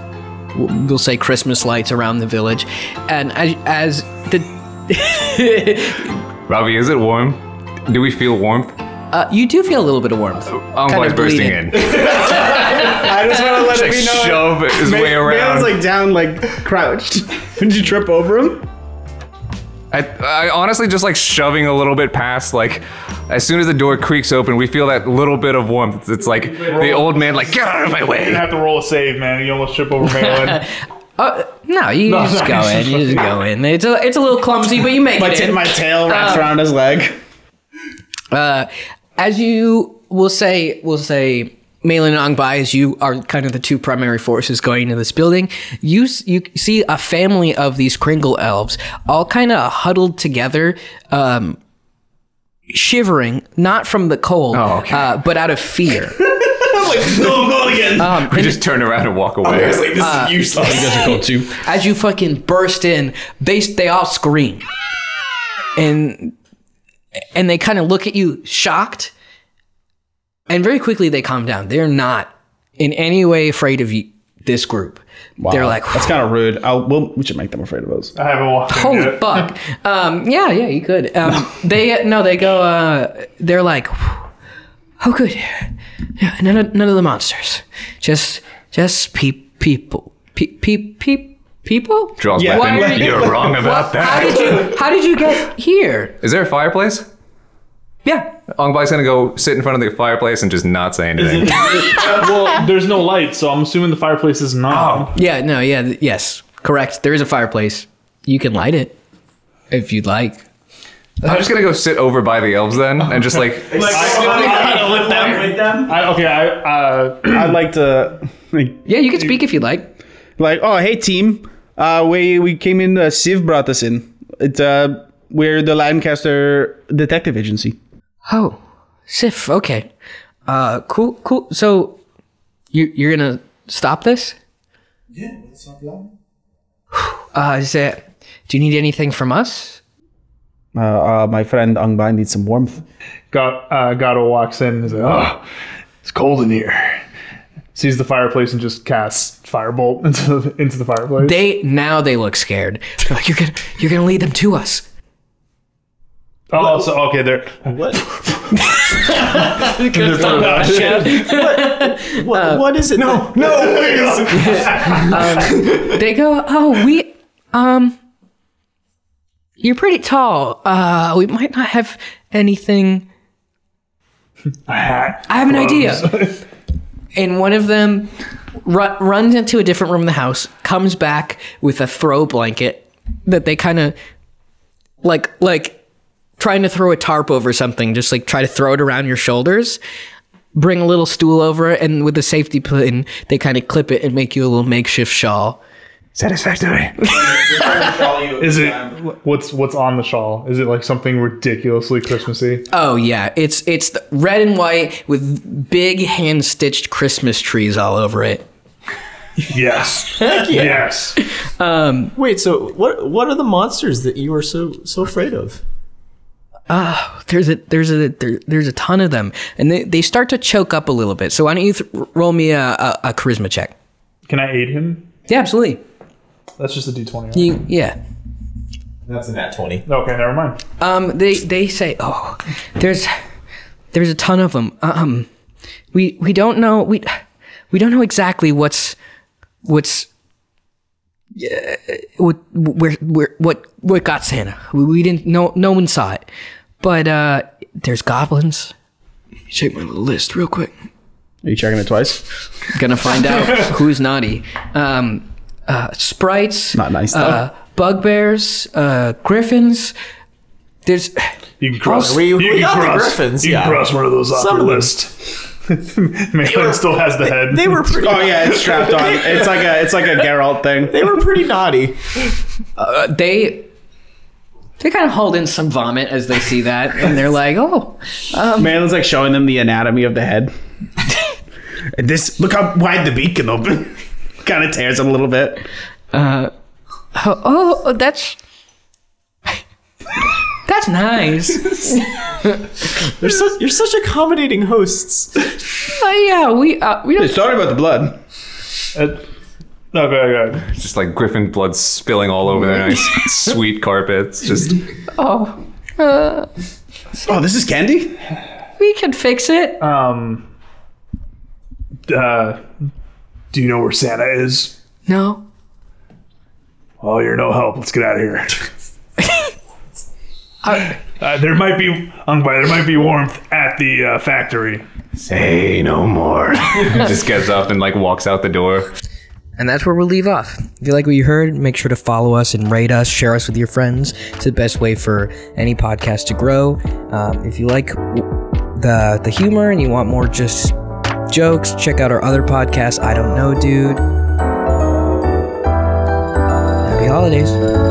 A: we'll say Christmas lights around the village, and as as the
F: Robbie, is it warm? Do we feel warmth?
A: uh, you do feel a little bit of warmth.
F: I'm
A: Kinda
F: bursting
A: bleeding.
F: in.
C: I just want to let
F: Like shove his way
C: Man's
F: around.
C: like down, like crouched. Did you trip over him?
F: I, I honestly just like shoving a little bit past like as soon as the door creaks open we feel that little bit of warmth it's like the old man like get out of my
B: You're gonna
F: way
B: have to roll a save, man. You almost trip over Malin.
A: Uh, no, you just go in. You just go in. It's a it's a little clumsy, but you make
C: My,
A: it.
C: ta-
A: in.
C: my tail wraps
A: Um,
C: around his leg.
A: Uh, as you will say, will say, Malin and Angbai, as you are kind of the two primary forces going into this building, you s- you see a family of these Kringle elves all kind of huddled together, um, shivering, not from the cold,
F: Oh, okay.
A: uh, but out of fear.
F: we just turn around and walk away
E: Uh,
A: as you fucking burst in, they they all scream, and and they kind of look at you shocked, and very quickly they calm down. They're not in any way afraid of you. This group, they're like,
C: that's kind of rude. I'll, we'll, we should make them afraid of us.
B: I haven't walked in
A: holy
B: yet.
A: fuck, um, yeah, yeah, you could. Um, they no, they go, uh, they're like, oh good, yeah, none of none of the monsters, just just pe- people, pe- pe- pe- people.
F: draws
C: Yeah.
F: back
A: Why
F: and,
A: are you-
F: you're wrong about
A: How
F: that
A: did you How did you get here?
F: is there a fireplace
A: Yeah.
F: Ongbai's gonna go sit in front of the fireplace and just not say anything
B: well, there's no light, so I'm assuming the fireplace is not.
A: Yeah. No. Yeah. th- Yes. Correct. There is a fireplace. You can light it if you'd like.
F: I'm just gonna go sit over by the elves then and just like
B: I, okay, I uh,
C: I'd like to, like,
A: Yeah, you can speak if you'd like.
C: like, oh hey team, uh, we we came in. Uh, Siv brought us in. It's uh, we're the Lancaster Detective Agency.
A: Oh, Sif. Okay. Uh, cool. Cool. So, you you're gonna stop this? Yeah. Uh, is that? Do you need anything from us?
C: Uh, uh, my friend Angbai needs some warmth.
B: got uh, Gato walks in. And is like, oh, it's cold in here. Sees the fireplace and just casts firebolt into the, into the fireplace.
A: They now they look scared. They're like, you're gonna you're gonna lead them to us.
B: oh, so okay, they're
E: what is it? No,
A: they go, "Oh, we um you're pretty tall. Uh we might not have anything
B: a hat.
A: I have an idea." and one of them ru- runs into a different room in the house, comes back with a throw blanket that they kind of like like trying to throw a tarp over something, just like try to throw it around your shoulders. Bring a little stool over, it, and with a safety pin, they kind of clip it and make you a little makeshift shawl.
L: Satisfactory.
B: Is it what's what's on the shawl? Is it like something ridiculously Christmassy?
A: Oh yeah, it's it's the red and white with big hand stitched Christmas trees all over it.
B: yes, yes.
E: Wait, so what? What are the monsters that you are so so afraid of?
A: There's a there's a there, there's a ton of them, and they, they start to choke up a little bit. So why don't you th- roll me a, a, a charisma check?
B: Can I aid him?
A: Yeah, absolutely.
B: That's just a D twenty.
A: You, yeah.
E: That's a nat twenty.
B: Okay, never mind.
A: Um. They they say oh, there's there's a ton of them. Um. We we don't know we we don't know exactly what's what's what where where what what got Santa. We, we didn't no no one saw it. But uh there's goblins. Check my little list real quick.
C: Are you checking it twice?
A: Gonna find out who's naughty. Um uh sprites,
C: Not nice though.
A: uh bugbears, uh griffins,
D: There's
B: You can cross.
E: Oh, we-
B: you
E: we
B: can
E: got the
B: cross,
E: griffins,
B: You
E: yeah.
B: can cross one of those off
E: Some
B: your
E: of them.
B: list. Malin still has the head.
E: They were pretty.
C: Oh yeah, it's strapped on. It's like a it's like a Geralt thing.
E: They were pretty naughty.
D: they they kind of hold in some vomit as they see that, and they're like, "Oh,
A: Um.
C: Malin's like showing them the anatomy of the head. and this look how wide the beak can open. kind of tears it a little bit.
A: uh,
D: oh, oh, that's that's nice."
E: You're, such you're such accommodating hosts.
D: Oh yeah, we uh, we don't.
C: Sorry about the blood.
B: Uh, okay, okay.
F: It's just like griffin blood spilling all over their nice sweet carpets. Just
D: Oh, uh,
C: Oh, this is candy.
D: we can fix it.
B: Um. Uh, do you know where Santa is?
D: no,
B: Oh, you're no help. Let's get out of here.
D: I-
B: Uh, there might be, Ungbai, there might be warmth at the uh, factory.
G: Say no more.
F: just gets up and like walks out the door.
A: And that's where we'll leave off. If you like what you heard, make sure to follow us and rate us, share us with your friends. It's the best way for any podcast to grow. Um, if you like w- the the humor and you want more just jokes, check out our other podcast, I Don't Know Dude. Happy holidays.